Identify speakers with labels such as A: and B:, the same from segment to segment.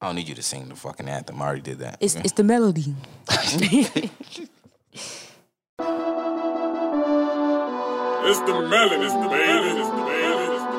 A: I don't need you to sing the fucking anthem. I already did that.
B: It's it's the melody.
C: It's the melon, it's the melon, it's the melon, it's the melon,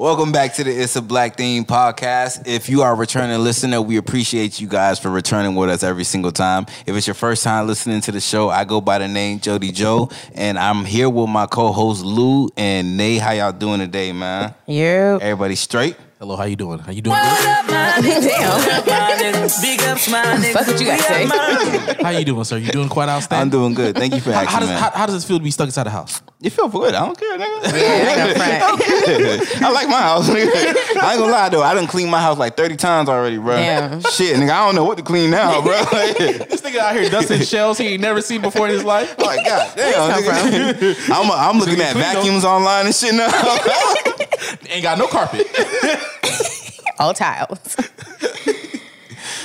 A: Welcome back to the It's a Black Theme podcast. If you are a returning listener, we appreciate you guys for returning with us every single time. If it's your first time listening to the show, I go by the name Jody Joe, and I'm here with my co-host Lou and Nay. How y'all doing today, man?
B: Yeah.
A: Everybody straight?
D: Hello, how you doing? How you doing? Good?
B: Damn. Fuck what you gotta say.
D: How you doing, sir? You doing quite
A: I'm
D: outstanding.
A: doing good. Thank you for
D: How,
A: asking,
D: how does
A: man.
D: how, how does it feel to be stuck inside the house?
A: you feel good? I don't care, nigga.
B: Yeah, right.
A: I like my house. Nigga. I ain't gonna lie though. I done cleaned my house like 30 times already, bro.
B: Damn.
A: Shit, nigga. I don't know what to clean now, bro. Like,
D: This nigga out here dusting shells he ain't never seen before in his life.
A: Like, god damn, nigga. I'm, I'm looking at
D: clean, though.
A: vacuums online and shit now.
D: Ain't got no carpet.
B: All tiles.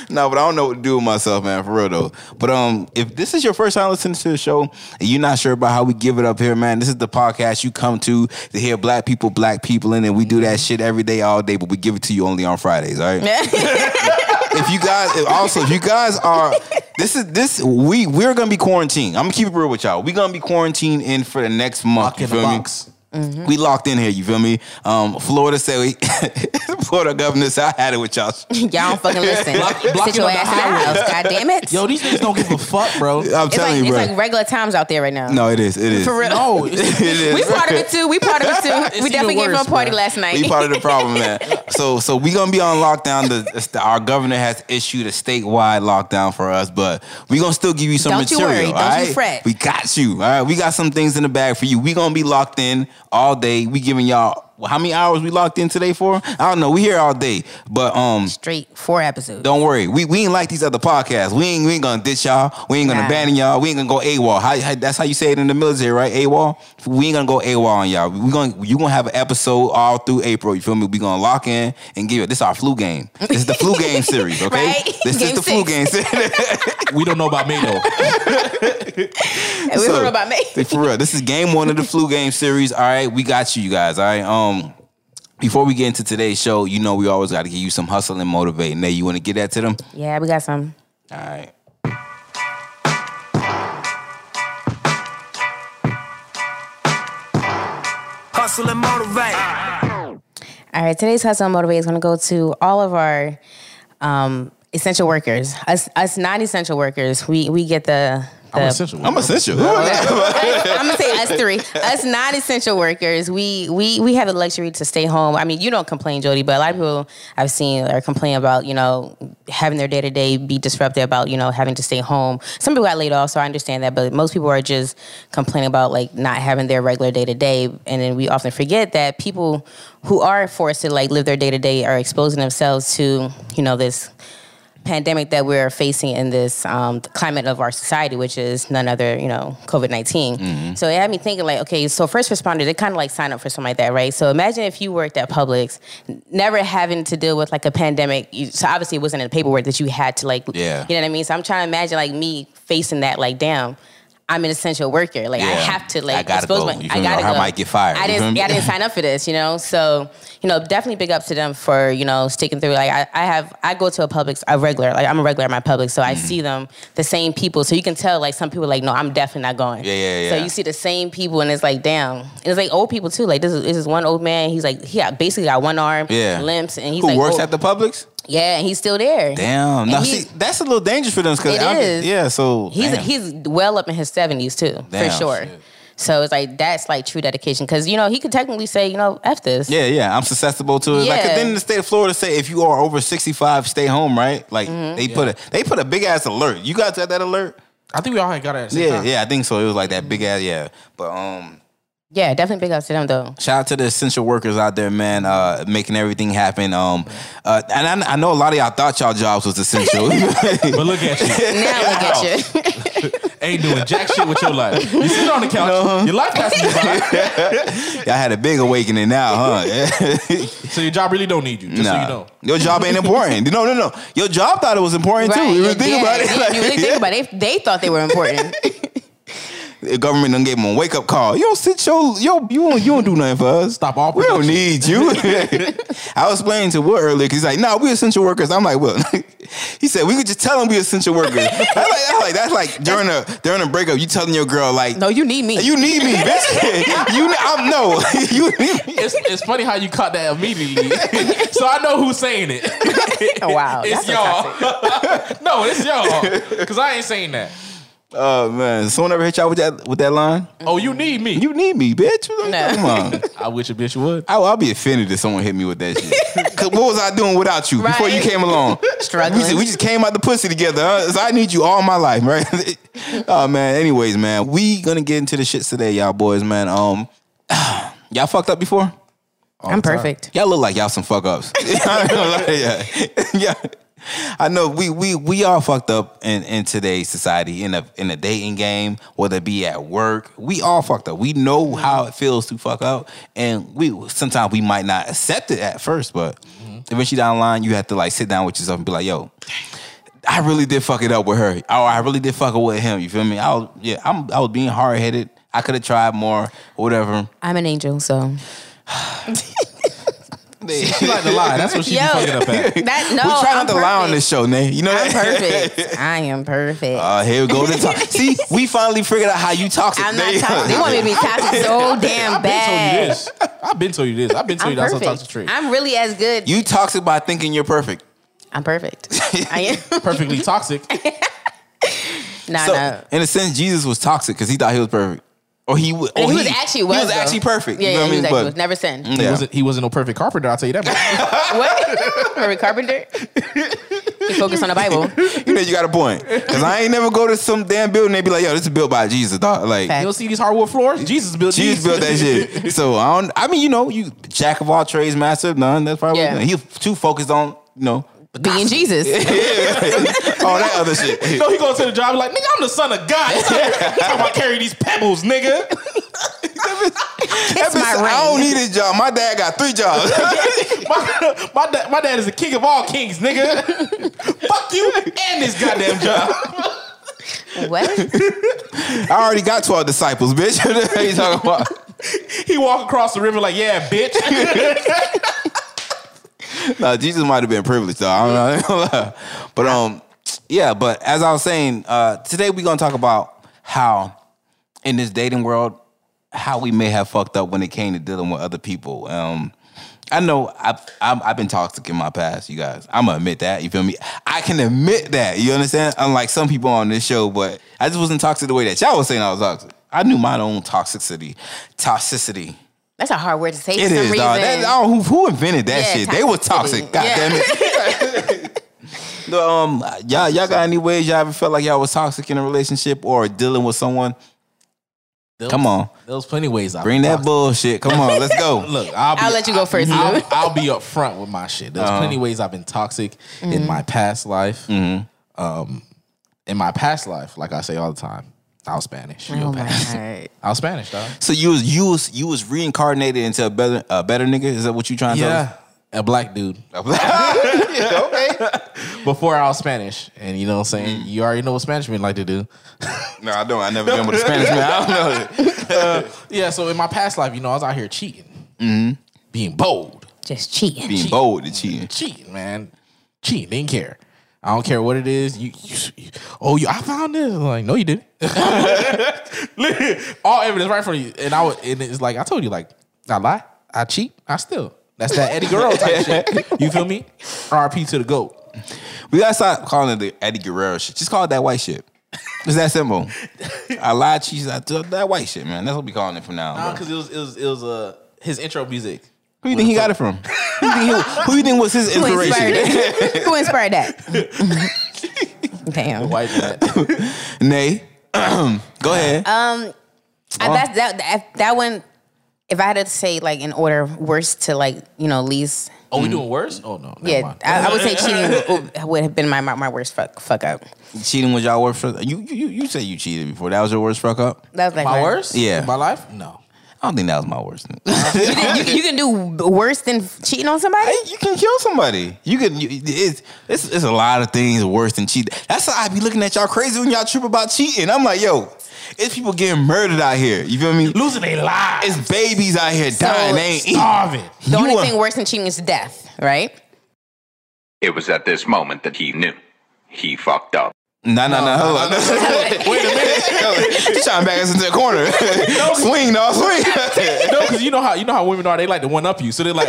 A: no, but I don't know what to do with myself, man, for real though. But um, if this is your first time listening to the show and you're not sure about how we give it up here, man, this is the podcast you come to to hear black people, black people, and then we do that shit every day, all day, but we give it to you only on Fridays, all right? if you guys if- also if you guys are this is this we we're gonna be quarantined. I'm gonna keep it real with y'all. We're gonna be quarantined in for the next month.
D: Locked
A: you
D: in a
A: feel me?
D: box.
A: We locked in here, you feel me? Um, Florida said we Florida governor said I had it with y'all.
B: Y'all don't fucking listen.
D: Block- blocking
B: Sit your
D: on the
B: ass in the
D: highway.
B: house. God damn it.
D: Yo, these niggas don't give a fuck, bro.
A: I'm
B: it's
A: telling
B: like
A: you,
B: it's
A: bro.
B: like regular times out there right now.
A: no, it is. It is.
B: For real.
D: No, it's-
A: It is.
B: We part of it too. We part of it too. we
D: even
B: definitely came
D: worse,
B: from a party
D: bro.
B: last night.
A: We part of the problem, man. So, so we gonna be on lockdown. The, it's the- our governor has issued a statewide lockdown for us, but we gonna still give you some
B: Don't you
A: material.
B: worry. Don't
A: all
B: you
A: right?
B: fret.
A: We got you. All right, we got some things in the bag for you. We gonna be locked in all day. We giving y'all how many hours we locked in today for? I don't know. We here all day, but um,
B: Straight four episodes.
A: don't worry. We we ain't like these other podcasts. We ain't we ain't gonna ditch y'all. We ain't gonna
B: Nah.
A: abandon y'all. We ain't gonna go AWOL. How, how, that's how you say it in the military, right? AWOL. We ain't gonna go AWOL on y'all. We gonna you gonna have an episode all through April. You feel me? We gonna lock in and give it. This our flu game. This is the flu game series. Okay.
B: Right?
A: This is
B: Game
A: the flu
B: six.
A: game series.
D: we don't know about me though.
B: And we don't know about me.
A: For real. This is game one of the flu game series. All right, we got you, you guys. All right. Um. Before we get into today's show, you know we always got to give you some hustle and motivate. Now, you want to get that to them?
B: Yeah, we got some.
A: All right.
E: Hustle and motivate.
B: All right, today's hustle and motivate is going to go to all of our um, essential workers. Us, us non-essential workers, we we get the. the
D: I'm essential.
A: I'm essential.
B: I'm gonna say us three, us non-essential workers. We we we have the luxury to stay home. I mean, you don't complain, Jody, but a lot of people I've seen are complaining about you know having their day to day be disrupted about you know having to stay home. Some people got laid off, so I understand that, but most people are just complaining about like not having their regular day to day, and then we often forget that people who are forced to like live their day to day are exposing themselves to you know this pandemic that we're facing in this um, climate of our society, which is none other, you know, COVID 19.
A: Mm-hmm.
B: So it had me thinking, like, okay, so first responders, they kind of like sign up for something like that, right? So imagine if you worked at Publix, n- never having to deal with like a pandemic. You, so obviously it wasn't in the paperwork that you had to, like,
A: Yeah.
B: you know what I mean? So I'm trying to imagine, like, me facing that, like, damn. I'm an essential worker. Like I
A: Yeah.
B: have to like
A: I gotta
B: expose
A: go.
B: my.
A: You
B: I
A: feel me?
B: gotta
A: Or I
B: go.
A: might get fired.
B: I
A: You feel
B: didn't.
A: me?
B: I didn't sign up for this, you know? So, you know, definitely big up to them for, you know, sticking through. Like I, I have I go to a Publix, a regular, like I'm a regular at my Publix, so
A: Mm-hmm.
B: I see them, the same people. So you can tell like some people are like, no, I'm definitely not going.
A: Yeah, yeah,
B: So
A: yeah.
B: you see the same people and it's like, damn. And it's like old people too. Like this is this is one old man, he's like, he got, basically got one arm,
A: Yeah.
B: limps, and he's
A: Who
B: like
A: works
B: oh,
A: at the Publix?
B: Yeah, and he's still there.
A: Damn. Now,
B: And
A: see,
B: he-
A: that's a little dangerous for them because
B: It is.
A: yeah. So
B: He's
A: damn.
B: he's well up in his seventies too,
A: Damn,
B: for sure.
A: shit.
B: So it's like that's like true dedication because you know he could technically say you know f this.
A: yeah, yeah. I'm susceptible to it. Like, 'cause
B: Yeah.
A: then the state of Florida say if you are over 65, stay home. Right? Like
B: Mm-hmm.
A: they put a they put a big ass alert. You guys had that alert?
D: I think we all had got it. At the same
A: Yeah,
D: time.
A: yeah. I think so. It was like that big ass. Yeah, but um.
B: Yeah, definitely big ups to them though.
A: Shout out to the essential workers out there, man, uh, making everything happen. Um, uh, and I, I know a lot of y'all thought y'all jobs was essential.
D: But look at you.
B: Now look at you.
D: Ain't doing jack shit with your life. You sit on the couch. Your life passes you by.
A: y'all had a big awakening now, huh?
D: So your job really don't need you. Just so you know.
A: Your job ain't important. No, no, no. Your job thought it was important too. You
B: yeah,
A: really think
B: yeah,
A: about it.
B: yeah,
A: like,
B: you really think about it. They, they thought they were important.
A: The government done gave them a wake up call. You don't sit your yo. You don't, you don't do nothing for us.
D: Stop all
A: We don't
D: production.
A: need you. I was explaining to Will earlier. 'cause He's like, nah, we essential workers. I'm like, well, he said we could just tell them we essential workers. I like, I like that's like during a during a breakup. You telling your girl like,
B: no, you need me.
A: you need me, bitch. you, I'm no. you need me.
D: It's, it's funny how you caught that immediately. so I know who's saying it.
B: wow, that's
D: it's
B: a
D: y'all. no, it's y'all. Because I ain't saying that.
A: Oh man, someone ever hit y'all with that with that line?
D: Oh, you need me.
A: You need me, bitch. What are you
B: No.
A: talking about?
D: I wish a bitch you would.
A: I, I'll be offended if someone hit me with that shit. Cause what was I doing without you before you
B: Right.
A: came along?
B: Struggling.
A: We just, we just came out the pussy together. Huh? So I need you all my life, right? oh man. Anyways, man, we gonna get into the shits today, y'all boys, man. Um, y'all fucked up before?
B: I'm perfect.
A: Y'all look like y'all some fuck ups. I ain't gonna lie to ya. yeah. I know we we we all fucked up in, in today's society in a in a dating game, whether it be at work. We all fucked up. We know how it feels to fuck up, and we sometimes we might not accept it at first, but
D: Mm-hmm.
A: eventually down the line, you have to like sit down with yourself and be like, "Yo, I really did fuck it up with her. Oh, I really did fuck it with him. You feel me? I was yeah, I'm I was being hard headed. I could have tried more, whatever.
B: I'm an angel, so
D: She like to lie. That's what she
B: Yo.
D: be fucking up at.
B: that no.
A: we try not
B: I'm
A: to lie on
B: perfect.
A: this show, man. You know
B: I'm
A: that.
B: perfect. I am perfect.
A: Uh, here we go to talk. See, we finally figured out how you toxic.
B: I'm
A: There
B: not
A: you go.
B: toxic. They want me to be toxic so damn
D: I've been told you
B: bad.
D: this. I've been told you this. I've been told
B: I'm
D: you that's how toxic
B: perfect.
D: trick.
B: I'm really as good.
A: You toxic by thinking you're perfect.
B: I'm perfect. I am.
D: Perfectly toxic.
B: Nah,
A: So,
B: nah.
A: in a sense, Jesus was toxic because he thought he was perfect, or he would. Or
B: he was actually was
A: he was
B: though.
A: actually perfect.
B: Yeah,
A: you know
B: yeah
A: what I
B: he
A: mean?
B: was actually was
A: But-
B: never sinned.
A: Yeah.
D: He, wasn't, he wasn't no perfect carpenter. I'll tell you that much.
B: What? Murray Carpenter? He focused on the Bible.
A: you know you got a point because I ain't never go to some damn building. They be like, "Yo, this is built by Jesus." Dog. Like
B: Fact.
D: You'll see these hardwood floors. Jesus built these.
A: Jesus built that shit. So I don't. I mean, you know, you jack of all trades, master of none. That's probably
B: Yeah.
A: what he was too focused on. You know,
B: Being Jesus.
A: all that other shit.
D: You know he goes to the job like, nigga, I'm the son of God. He's talking about carry these pebbles, nigga.
B: Kiss my
A: I
B: ring.
A: don't need this job. My dad got three jobs.
D: My, my, dad, my dad is the king of all kings, nigga. Fuck you and this goddamn job.
B: What?
A: I already got 12 disciples, bitch. what are you talking about?
D: He walk across the river like, yeah, bitch.
A: Nah, Jesus might have been privileged, though. I don't know. I ain't gonna lie. But um, yeah, but as I was saying, uh, today we're gonna talk about how in this dating world, how we may have fucked up when it came to dealing with other people. Um I know I've, I'm, I've been toxic in my past, you guys. I'm gonna admit that. You feel me? I can admit that. You understand? Unlike some people on this show, but I just wasn't toxic the way that y'all was saying I was toxic. I knew my own toxicity. Toxicity.
B: That's a hard word to say
A: It
B: for some
A: is,
B: reason.
A: dog. That, I don't- who, who invented that
B: Yeah,
A: shit? They were toxic.
B: toxicity.
A: God
B: Yeah.
A: damn it. No, um, y'all, y'all got any ways y'all ever felt like y'all was toxic in a relationship or dealing with someone? Come on,
D: There was plenty of ways I
A: bring that bullshit. Come on, let's go.
D: Look, I'll, be,
B: I'll let you go first,
D: I'll,
B: Lou.
D: I'll be up front with my shit.
A: Uh-huh.
D: There's plenty of ways I've been toxic
B: Mm-hmm.
D: in my past life.
A: Mm-hmm.
D: Um, in my past life, like I say all the time, I was Spanish.
B: Oh my God.
D: I was Spanish, dog.
A: So you was you was you was reincarnated into a better a better nigga. Is that what you trying to
D: a black dude.
A: tell us?
D: Before I was Spanish, and you know what I'm saying.
A: Mm-hmm.
D: You already know what Spanish men like to do.
A: no, I don't. I never been with a Spanish man. I don't know.
D: Yeah, so in my past life, you know, I was out here cheating,
A: Mm-hmm.
D: being bold,
B: Just cheating.
A: Being bold and cheating.
D: cheating, man, cheating. Didn't care. I don't care what it is. You, you, you- oh, you, I found this. I'm like, no, you didn't. Literally, All evidence right in front of you, and I would, and it's like I told you, like I lie, I cheat, I steal. That's that Eddie Guerrero type shit. You feel me? RP to the goat.
A: We gotta stop calling it the Eddie Guerrero shit. Just call it that white shit. It's that simple. I lied, cheese. I took that white shit, man. That's what we calling it from now. on, bro.
D: because it was, it was, it was uh, his intro music.
A: Who you think he got it from? who, you think he- who you think was his
B: Who inspired
A: inspiration?
B: it? Who inspired that? Damn.
D: White man.
A: Nay, go ahead.
B: Uh, I, that's, that, that that one if I had to say like in order worst to like you know least
D: Oh, we doing worse? Oh no. never
B: yeah
D: mind.
B: I, I would say cheating would, would have been my, my my worst fuck fuck up
A: Cheating was y'all worst. fuck- You you you- you say you cheated before. That was your worst fuck up.
B: that was like
D: my worst?
A: Yeah.
D: In my life? No.
A: I don't think that was my worst.
B: you, can- you, can- you can do worse than cheating on somebody
A: Hey, you can kill somebody. You can. You, it's, it's it's a lot of things worse than cheating. That's why I be looking at y'all crazy when y'all trip about cheating. I'm like, yo, it's people getting murdered out here. You feel me?
D: Losing their lives.
A: It's babies out here dying. They ain't eating.
D: starving.
B: the only
A: you are-
B: thing worse than cheating is death right
F: It was at this moment that he knew. He fucked up.
A: Nah, nah, nah. Hold on. Wait a minute. She's trying to back us into the corner. swing, dog, swing.
D: No, because you know how you know how women are. They like to one up you. So they're like,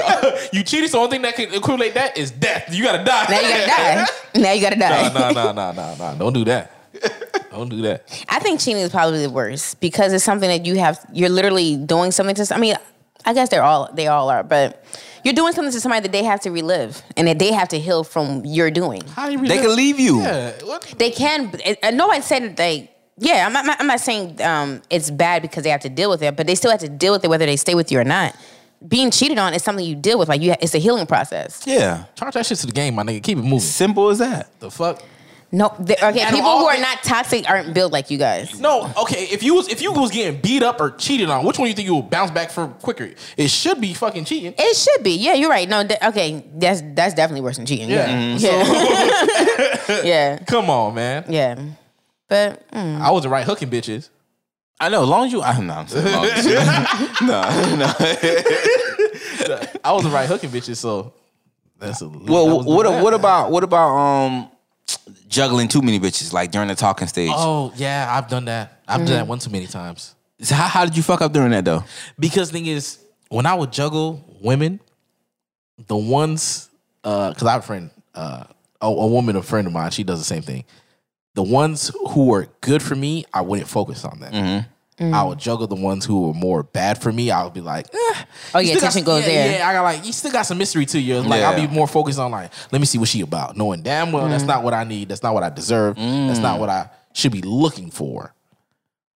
D: you cheated. So the only thing that can equate that is death. You gotta die.
B: now you gotta die now you gotta die
D: Nah, nah, nah, nah, nah, nah. Don't do that. Don't do that.
B: I think cheating is probably the worst because it's something that you have. You're literally doing something to. I mean, I guess they're all they all are, but you're doing something to somebody that they have to relive and that they have to heal from your doing.
D: How you
A: they
D: relive-
A: can leave you.
D: Yeah. What?
B: They can. And nobody said that they. Yeah, I'm not, I'm not- I'm not saying um, it's bad because they have to deal with it, but they still have to deal with it whether they stay with you or not. Being cheated on is something you deal with. Like you, ha- it's a healing process.
A: Yeah.
D: Charge that shit to the game, my nigga. Keep it moving.
A: Simple as that.
D: The fuck?
B: No, they, okay.
D: And
B: people
D: all
B: who are
D: the-
B: not toxic aren't built like you guys.
D: No, okay. If you was if you was getting beat up or cheated on, which one you think you will bounce back from quicker? It should be fucking cheating.
B: It should be. Yeah, you're right. No, de- okay. That's that's definitely worse than cheating.
D: Yeah.
B: Yeah. yeah.
D: Come on, man.
B: Yeah. But mm,
D: I was the right hooking bitches.
A: I know. As long as you, I, no, I'm saying, long as you- no, no.
D: I was the right hooking bitches. So that's a that
A: Well,
D: was the
A: what
D: bad.
A: what about what about um juggling too many bitches like during the talking stage?
D: Oh yeah, I've done that. I've
B: Mm-hmm.
D: done that one too many times.
A: So How, how did you fuck up during that though?
D: Because thing is, when I would juggle women, the ones because I have a friend, uh, a, a woman, a friend of mine, she does the same thing. The ones who were good for me, I wouldn't focus on that.
B: Mm-hmm.
D: I would juggle the ones who were more bad for me. I would be like, eh,
B: Oh,
D: you
B: yeah,
D: still got
B: attention
D: some-
B: goes
D: yeah,
B: there.
D: Yeah, I got like you still got some mystery to you. Like I'll
A: Yeah.
D: be more focused on like, let me see what she about, knowing damn well
B: Mm.
D: that's not what I need, that's not what I deserve, that's not what I should be looking for.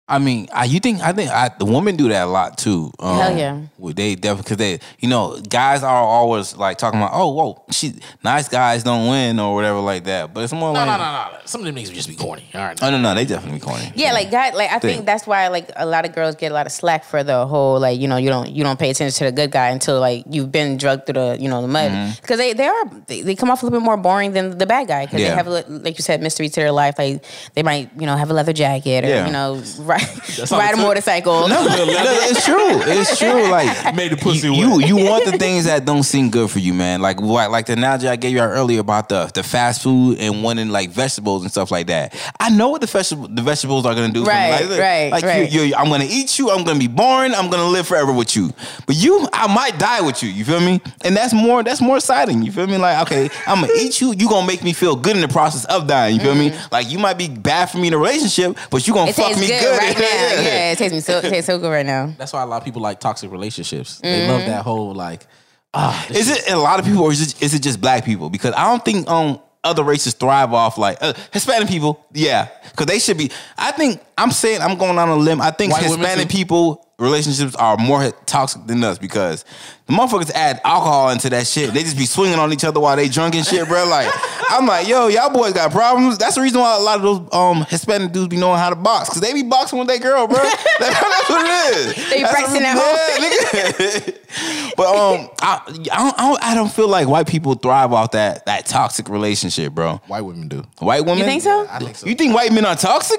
A: I mean, I, you think I think I, the women do that a lot too. Um,
B: Hell yeah.
A: well, They definitely because they, you know, guys are always like talking about, oh, whoa, she nice guys don't win or whatever like that. But it's more
D: No,
B: Mm.
A: like,
D: no, no, no. Some of them niggas would just be corny. All right.
A: oh no, no, they definitely corny.
B: yeah, like God, like I think
A: Thing.
B: that's why like a lot of girls get a lot of slack for the whole like you know you don't you don't pay attention to the good guy until like you've been drugged through the you know the mud
A: Mm-hmm.
B: because they they are they, they come off a little bit more boring than the bad guy because
A: Yeah.
B: they have a li- like you said mystery to their life like they might you know have a leather jacket or
A: Yeah.
B: you know ride,
D: all it
B: ride a
D: took.
B: motorcycle.
A: No, no, it's true. It's true. Like
D: Made the pussy
A: you, you want the things that don't seem good for you, man. Like what, like the analogy I gave you earlier about the the fast food and wanting like vegetables and stuff like that. I know what the vegetable the vegetables are gonna do. for me.
B: Right,
A: like, look,
B: right,
A: like you-
B: right.
A: You, I'm gonna eat you. I'm gonna be born. I'm gonna live forever with you. But you, I might die with you. You feel me? And that's more that's more exciting. You feel me? Like okay, I'm gonna eat you. You gonna make me feel good in the process of dying. You feel me? Like you might be bad for me in a relationship, but you gonna
B: Mm-hmm. It
A: fuck
B: tastes
A: me
B: good,
A: good,
B: right now. Yeah, it tastes me so it tastes so good right now.
D: That's why a lot of people like toxic relationships. They
A: Mm-hmm.
D: love that whole like, ah, this
A: Is it a lot of people, or is it, is it just black people? Because I don't think um other races thrive off like uh, Hispanic people. Yeah, because they should be. I think I'm saying I'm going on a limb. I think
D: White women
A: Hispanic
D: too?
A: people relationships are more toxic than us because the motherfuckers add alcohol into that shit. They just be swinging on each other while they drunk and shit, bro. Like I'm like, yo, y'all boys got problems. That's the reason why a lot of those um Hispanic dudes be knowing how to box because they be boxing with their girl, bro. that's what it is.
B: They
A: That's
B: practicing
A: what-
B: at home.
A: Yeah, nigga. but um, I, I, don't, I don't I don't feel like white people thrive off that that toxic relationship, bro.
D: white women do.
A: White women,
B: You think so?
D: I think so.
A: You think white men are toxic?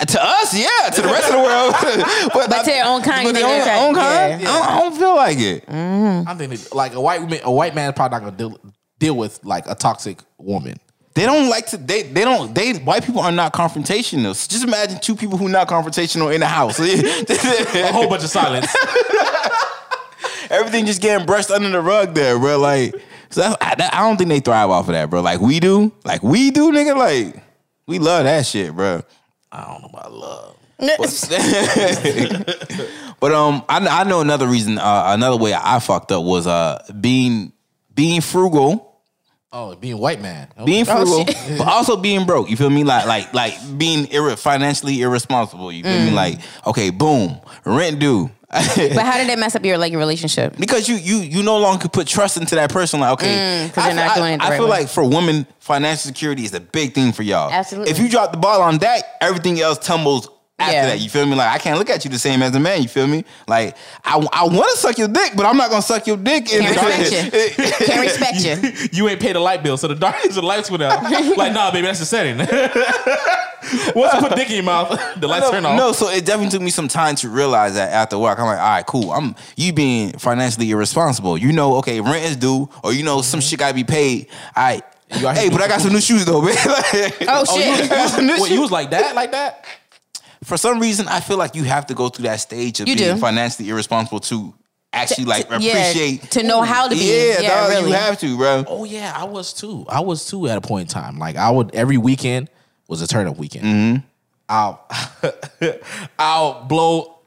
A: Uh, To us, yeah. To the rest of the world, but,
B: But to their own kind,
A: But
B: you
A: their
B: think
A: own,
B: they're
A: own
B: attracted-
A: kind.
B: yeah.
A: I, don't, I don't feel like it.
D: I think it- like a white woman, a white man is probably not gonna deal, deal with like a toxic woman.
A: They don't like to. They they don't. They white people are not confrontational. So just imagine two people who not confrontational in the house.
D: A whole bunch of silence.
A: Everything just getting brushed under the rug there, bro. Like, so that's, I, that- I don't think they thrive off of that, bro. Like we do, like we do, nigga. Like we love that shit, bro.
D: I don't know about love.
A: But um, I, I know another reason. Uh, another way I fucked up was uh being being frugal.
D: Oh, being white man. Okay.
A: being frugal, but also being broke. You feel me? Like like like being irre- financially irresponsible. You feel me? Like okay, boom, rent due.
B: But how did it mess up your like your relationship?
A: because you you you no longer put trust into that person. Like, okay,
B: Mm, 'cause they're
A: I-
B: not
A: I-
B: doing it the
A: I
B: right
A: feel
B: way.
A: like for women, financial security is a big thing for y'all.
B: Absolutely.
A: If you drop the ball on that, everything else tumbles. After
B: Yeah.
A: that, you feel me? Like I can't look at you the same as a man. You feel me? Like I, I want to suck your dick, but I'm not gonna suck your dick. in-
B: Can't respect you. Can't respect you.
D: you ain't paid the light bill, so the dark the lights went out. like, nah, baby, that's the setting. Once you put dick in your mouth, the lights turn off.
A: No, so it definitely took me some time to realize that after work. I'm like, all right, cool. I'm you being financially irresponsible. You know, okay, rent is due, or you know, some
B: Mm-hmm.
A: shit gotta be paid. All right.
D: You out here
A: Hey, but I got some new shoes though, man. Like-
B: Oh
D: Oh, you,
B: shit!
A: Some new
D: what, you
A: shoes.
D: was like that, like that.
A: For some reason, I feel like you have to go through that stage of
B: You
A: being
B: do.
A: financially irresponsible to actually like
B: yeah,
A: appreciate.
B: to know how to be.
A: Yeah,
B: Yeah,
A: dog,
B: really.
A: you have to, bro.
D: Oh yeah, I was too. I was too at a point in time. Like I would every weekend was a turn up weekend.
A: Mm-hmm.
D: I'll I'll blow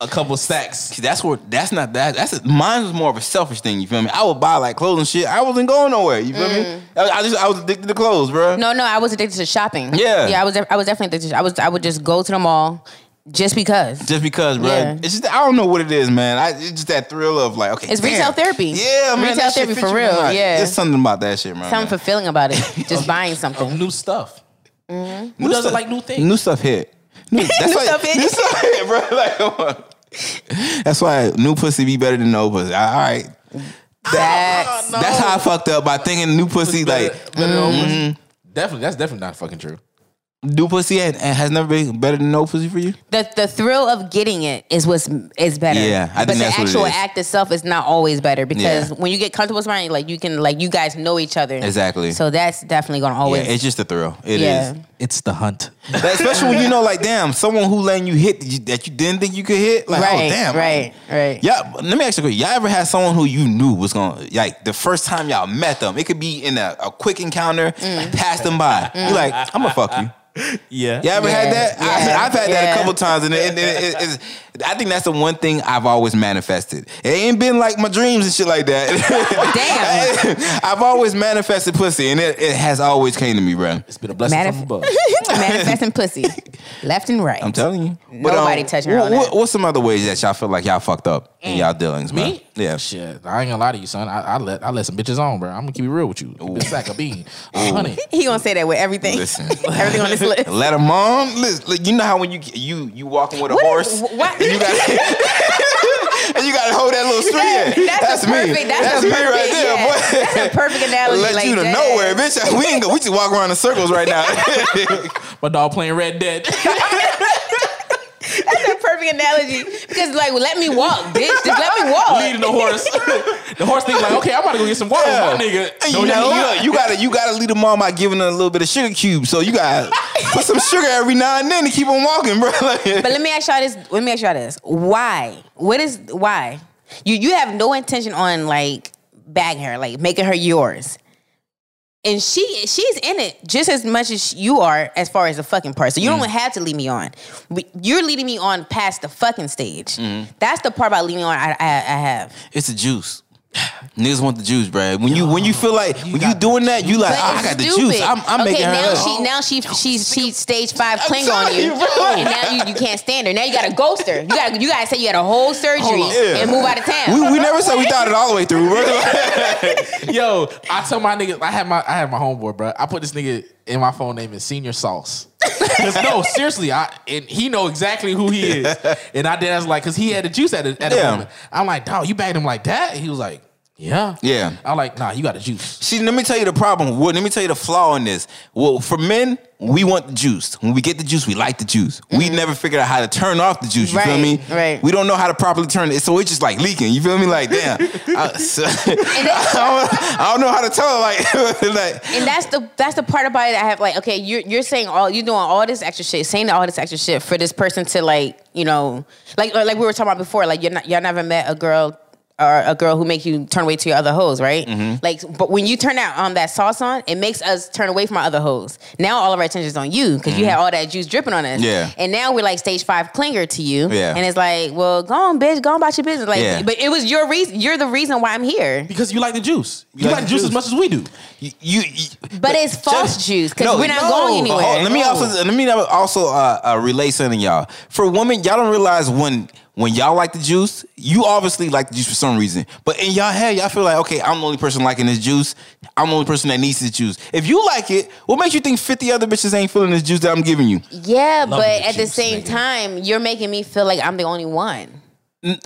D: a couple stacks.
A: See, that's where that's not that. That's a, mine was more of a selfish thing. You feel me? I would buy like clothes and shit. I wasn't going nowhere. You feel me? I, I just I was addicted to clothes, bro.
B: Mm. No, no, I was addicted to shopping.
A: Yeah.
B: yeah, I was. I was definitely addicted. I was. I would just go to the mall, just because.
A: Just because, bro.
B: Yeah.
A: It's just I don't know what it is, man. I, it's just that thrill of like, okay,
B: It's
A: damn.
B: retail therapy.
A: Yeah, man,
B: Retail
A: that shit
B: therapy
A: fit
B: for
A: you
B: real,
A: in, like,
B: yeah.
A: there's something about that shit, man.
B: Something fulfilling about it. Just buying
D: Of
B: something.
D: new stuff.
A: new
D: Who doesn't
A: stuff-
D: like new things?
A: New stuff hit. New, that's why,
B: stuff hit.
A: New stuff hit, bro. Like, come on. that's why new pussy be better than no pussy. All right,
B: That's
D: No.
A: that's how I fucked up by thinking new pussy like mm-hmm.
D: Better than old ones. definitely that's definitely not fucking true.
A: new pussy and, and has never been better than no pussy for you.
B: the the thrill of getting it is what's is better.
A: Yeah, I
B: but
A: think
B: the
A: that's what it
B: actual
A: is.
B: act itself is not always better because
A: Yeah.
B: when you get comfortable with somebody, like you can like you guys know each other
A: Exactly.
B: So that's definitely gonna
A: Yeah,
B: always.
A: it's just a thrill. It is.
B: Yeah.
D: It's the hunt.
A: Like, especially when you know, like, damn, someone who letting you hit that you, that you didn't think you could hit. Like,
B: right,
A: oh, damn,
B: right, right.
A: Yeah, let me ask you a question. Y'all ever had someone who you knew was gonna like the first time y'all met them? It could be in a, a quick encounter,
B: Mm.
A: like, pass them by. You like, I'm gonna fuck you.
D: Yeah.
A: You ever had that?
B: yeah,
A: I, I've had that
B: yeah.
A: a couple times, and, it, it- it- it's, I think that's the one thing I've always manifested. It ain't been like my dreams and shit like that.
B: Damn.
A: I've always manifested pussy, and it, it has always came to me, bro.
D: It's been a blessing
B: Matter-
D: from above.
B: Manifesting pussy, left and right.
A: I'm telling you,
B: Nobody touching her
A: what,
B: on that. Mm.
A: what- What's some other ways that y'all feel like y'all fucked up in y'all dealings, man?
D: Me?
A: Yeah.
D: Shit. I ain't gonna lie to you, son. I, I let I let some bitches on, bro. I'm gonna keep it real with you. Keep it a sack of bean. Honey.
B: he gonna say that with everything.
A: Listen.
B: everything on this list.
A: Let him on. Listen, look, you know how when you you you walking with a
B: What
A: horse,
B: is- what-
A: and you got and you got to hold that little string. in.
B: That's, a perfect.
A: me.
B: That's,
A: That's
B: a
A: me
B: perfect,
A: right there,
B: yeah.
A: boy.
B: That's a perfect analogy.
A: Let
B: like
A: you to
B: that.
A: nowhere, bitch. We ain't go, we just walk around in circles right now.
D: My dog playing Red Dead.
B: That's a perfect analogy because, like, let me walk, bitch. Just let me walk.
D: leading the horse. the horse thinks like, okay, I'm about to go get some water,
A: Yeah.
D: with my nigga.
A: And
D: No,
A: you,
D: you're
A: know,
D: not.
A: you, gotta you gotta lead them on by giving them a little bit of sugar cubes. So you gotta put some sugar every now and then to keep them walking, bro. Like,
B: But let me ask y'all this. Let me ask y'all this. Why? What is why? You you have no intention on like bagging her, like making her yours. And she she's in it just as much as you are as far as the fucking part. So you don't have to lead me on. We- You're leading me on past the fucking stage. That's the part about leading me on. I, I, I have.
A: It's the juice. Niggas want the juice, bro. When you when you feel like when you doing that, you like
B: But
A: "Ah, I
B: it's
A: got the
B: stupid.
A: juice. I'm, I'm
B: okay,
A: making her.
B: now
A: up."
B: she now she she's she's stage five cling on
A: telling
B: you,
A: you, bro.
B: and now you, you can't stand her. Now you got to ghost her. You got you got to say you had a whole surgery
A: Yeah.
B: and move out of town.
A: We, we never said we thought it all the way through. bro.
D: Yo, I tell my niggas, I had my I had my homeboy, bro. I put this nigga in my phone name is Senior Sauce. 'Cause no, seriously, I and he know exactly who he is. And I did, I was like, cause he had the juice at the, at the
A: Yeah.
D: moment. I'm like, dog, you bagged him like that? he was like, yeah,
A: Yeah.
D: I'm like, nah, you got the juice.
A: See, let me tell you the problem. Well, let me tell you the flaw in this. Well, for men, we want the juice. When we get the juice, we like the juice. We never figured out how to turn off the juice. You feel
B: Mm-hmm. Right,
A: me?
B: right.
A: We don't know how to properly turn it, so it's just like leaking. You feel me? Like damn, I, so- I don't, I don't know how to tell. Like, like
B: and that's the that's the part about it I have like okay you're you're saying all you're doing all this extra shit saying all this extra shit for this person to like you know like like we were talking about before like you're not y'all never met a girl or a girl who make you turn away to your other hoes right
A: Mm-hmm.
B: like but when you turn out on that sauce on it makes us turn away from our other hoes now all of our attention's on you because you had all that juice dripping on us
A: Mm-hmm. Yeah.
B: and now we're like stage five clinger to you
A: Yeah.
B: and it's like well go on bitch go on about your business like
A: Yeah.
B: but it was your reason you're the reason why I'm here
D: Because you like the juice. You,
A: like
D: like,
A: the
D: the juice,
A: juice.
D: as much as we do.
A: you, you, you-
B: But it's false juice, 'cause we're not going
A: But hold-
B: anywhere.
A: Let me
B: No.
A: also let me also uh, uh, relay something, y'all. For women, y'all don't realize when when y'all like the juice, you obviously like the juice for some reason. But in y'all head, y'all feel like, okay, I'm the only person liking this juice. I'm the only person that needs this juice. If you like it, what makes you think 50 other bitches ain't feeling this juice that I'm giving you?
B: Yeah, but
D: the
B: at the
D: juice,
B: same
D: nigga.
B: time, you're making me feel like I'm the only one.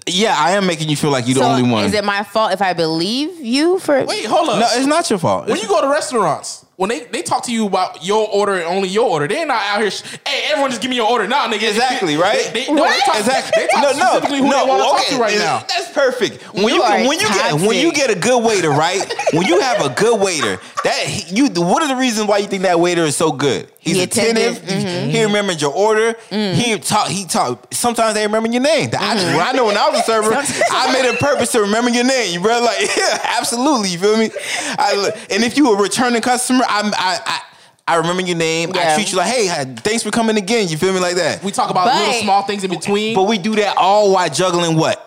A: Yeah, I am making you feel like you're the
B: so
A: only one.
B: Is it my fault if I believe you for?
D: Wait, hold up.
A: no, it's not your fault.
D: when you go to restaurants, when they, they talk to you about your order and only your order, they're not out here. Sh- hey, everyone, just give me your order now, nigga.
A: Exactly, right?
D: They, they, no, they
B: What?
D: talk,
A: Exactly.
D: They talk
A: no, no,
D: specifically who
A: no.
D: they want to
A: okay.
D: talk to right
A: is-
D: now.
A: That's perfect. When you,
B: You are
A: when you get when you get a good waiter, right? when you have a good waiter, that you what are the reasons why you think that waiter is so good? He's
B: He Mm-hmm.
A: attentive.
B: attentive,
A: He remembered your order. He talk. He talk. Sometimes they remember your name. I,
B: Mm-hmm.
A: when I know when I was a server, I made a purpose to remember your name. You brother, like yeah, absolutely. You feel me? I, and if you a returning customer, I'm I. I I remember your name. I
B: Yeah.
A: treat you like, hey, thanks for coming again. You feel me like that?
D: We talk about
B: But-
D: little small things in between.
A: But we do that all while juggling what?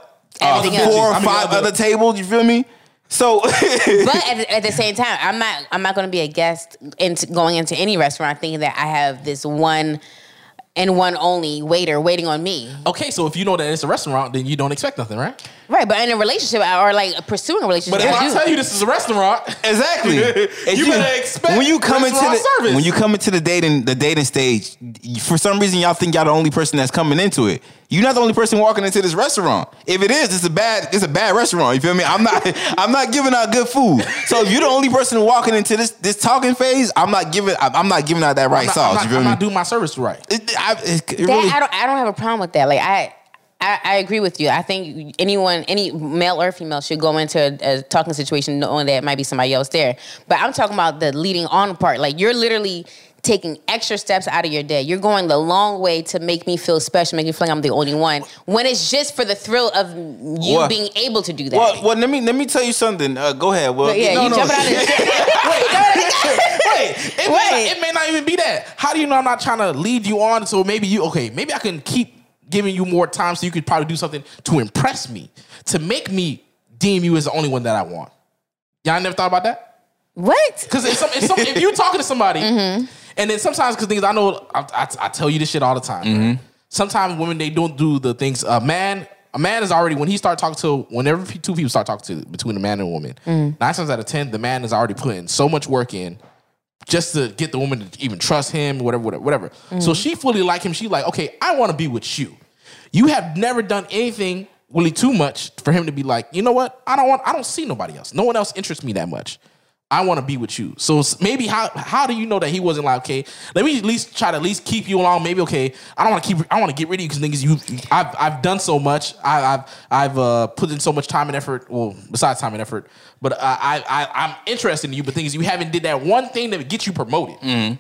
A: Uh,
B: Everything else.
A: four or
D: I mean,
A: five
D: other-
A: other tables, you feel me? So
B: But at the, at the same time, I'm not. I'm not going to be a guest into going into any restaurant thinking that I have this one and one only waiter waiting on me.
D: okay, so if you know that it's a restaurant, then you don't expect nothing, right?
B: Right, but in a relationship or like pursuing a relationship,
D: But if
B: I
D: I
B: do.
D: tell you this is a restaurant,
A: exactly. If
D: You better expect
A: when you come into
D: restaurant
A: the
D: service.
A: when you come into the dating the dating stage, y- for some reason y'all think y'all the only person that's coming into it. You're not the only person walking into this restaurant. If it is, it's a bad it's a bad restaurant. You feel me? I'm not I'm not giving out good food. So if you're the only person walking into this this talking phase, I'm not giving I'm- I'm not giving out that right
D: I'm not,
A: sauce.
D: I'm not,
A: you feel
D: I'm
A: me?
D: not doing my service right.
A: It- I- it- it
B: that
A: really-
B: I don't I don't have a problem with that. Like I, I I agree with you. I think anyone, any male or female, should go into a, a talking situation knowing that it might be somebody else there. But I'm talking about the leading on part. Like you're literally taking extra steps out of your day. You're going the long way to make me feel special, make me feel like I'm the only one. When it's just for the thrill of you
A: Well-
B: being able to do that.
A: Well, well, let me let me tell you something. Uh, go ahead. Well,
B: But yeah,
A: no,
B: you
A: no.
B: jumping out of the
D: Wait, it, May
B: Wait.
D: not, it may not even be that. How do you know I'm not trying to lead you on? So maybe you okay? Maybe I can keep giving you more time, so you could probably do something to impress me, to make me deem you as the only one that I want. Y'all never thought about that?
B: What?
D: Because if, some, if, some, if you're talking to somebody, and then sometimes because things I know, I, I, I tell you this shit all the time. man. Sometimes women they don't do the things. A man, a man is already when he start talking to whenever p- two people start talking to between a man and a woman. Nine times out of ten, the man is already putting so much work in just to get the woman to even trust him, whatever, whatever, whatever. So she fully like him. She like, okay, I want to be with you. You have never done anything really too much for him to be like, you know what? I don't want. I don't see nobody else. No one else interests me that much. I want to be with you. So s- maybe how how do you know that he wasn't like, okay, let me at least try to at least keep you along. Maybe okay, I don't want to keep. I want to get rid of you because niggas, you I've I've done so much. I, I've I've uh, put in so much time and effort. Well, besides time and effort, but uh, I I I'm interested in you. But things you haven't did that one thing that would get you promoted.
A: Mm-hmm.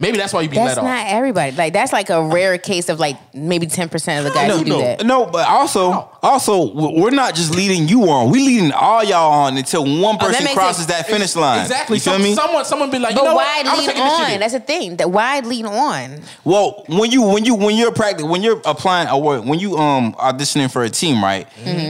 D: Maybe that's why you be
B: That's
D: let off.
B: not everybody. Like that's like a rare case of like maybe ten percent of the guys who do
A: no,
B: that.
A: no, but also, also, w- we're not just leading you on. We leading all y'all on until one
B: Oh, that
A: person
B: makes
A: crosses
B: sense.
A: that finish line.
D: Exactly.
A: You feel
D: Some-
A: me?
D: Someone someone be like,
B: But
D: you know
B: why
D: what? I'ma
B: lean
D: take it this
B: on?
D: shit.
B: That's the thing. That why lean on?
A: Well, when you when you when you're practicing when you're applying or when you um auditioning for a team, right?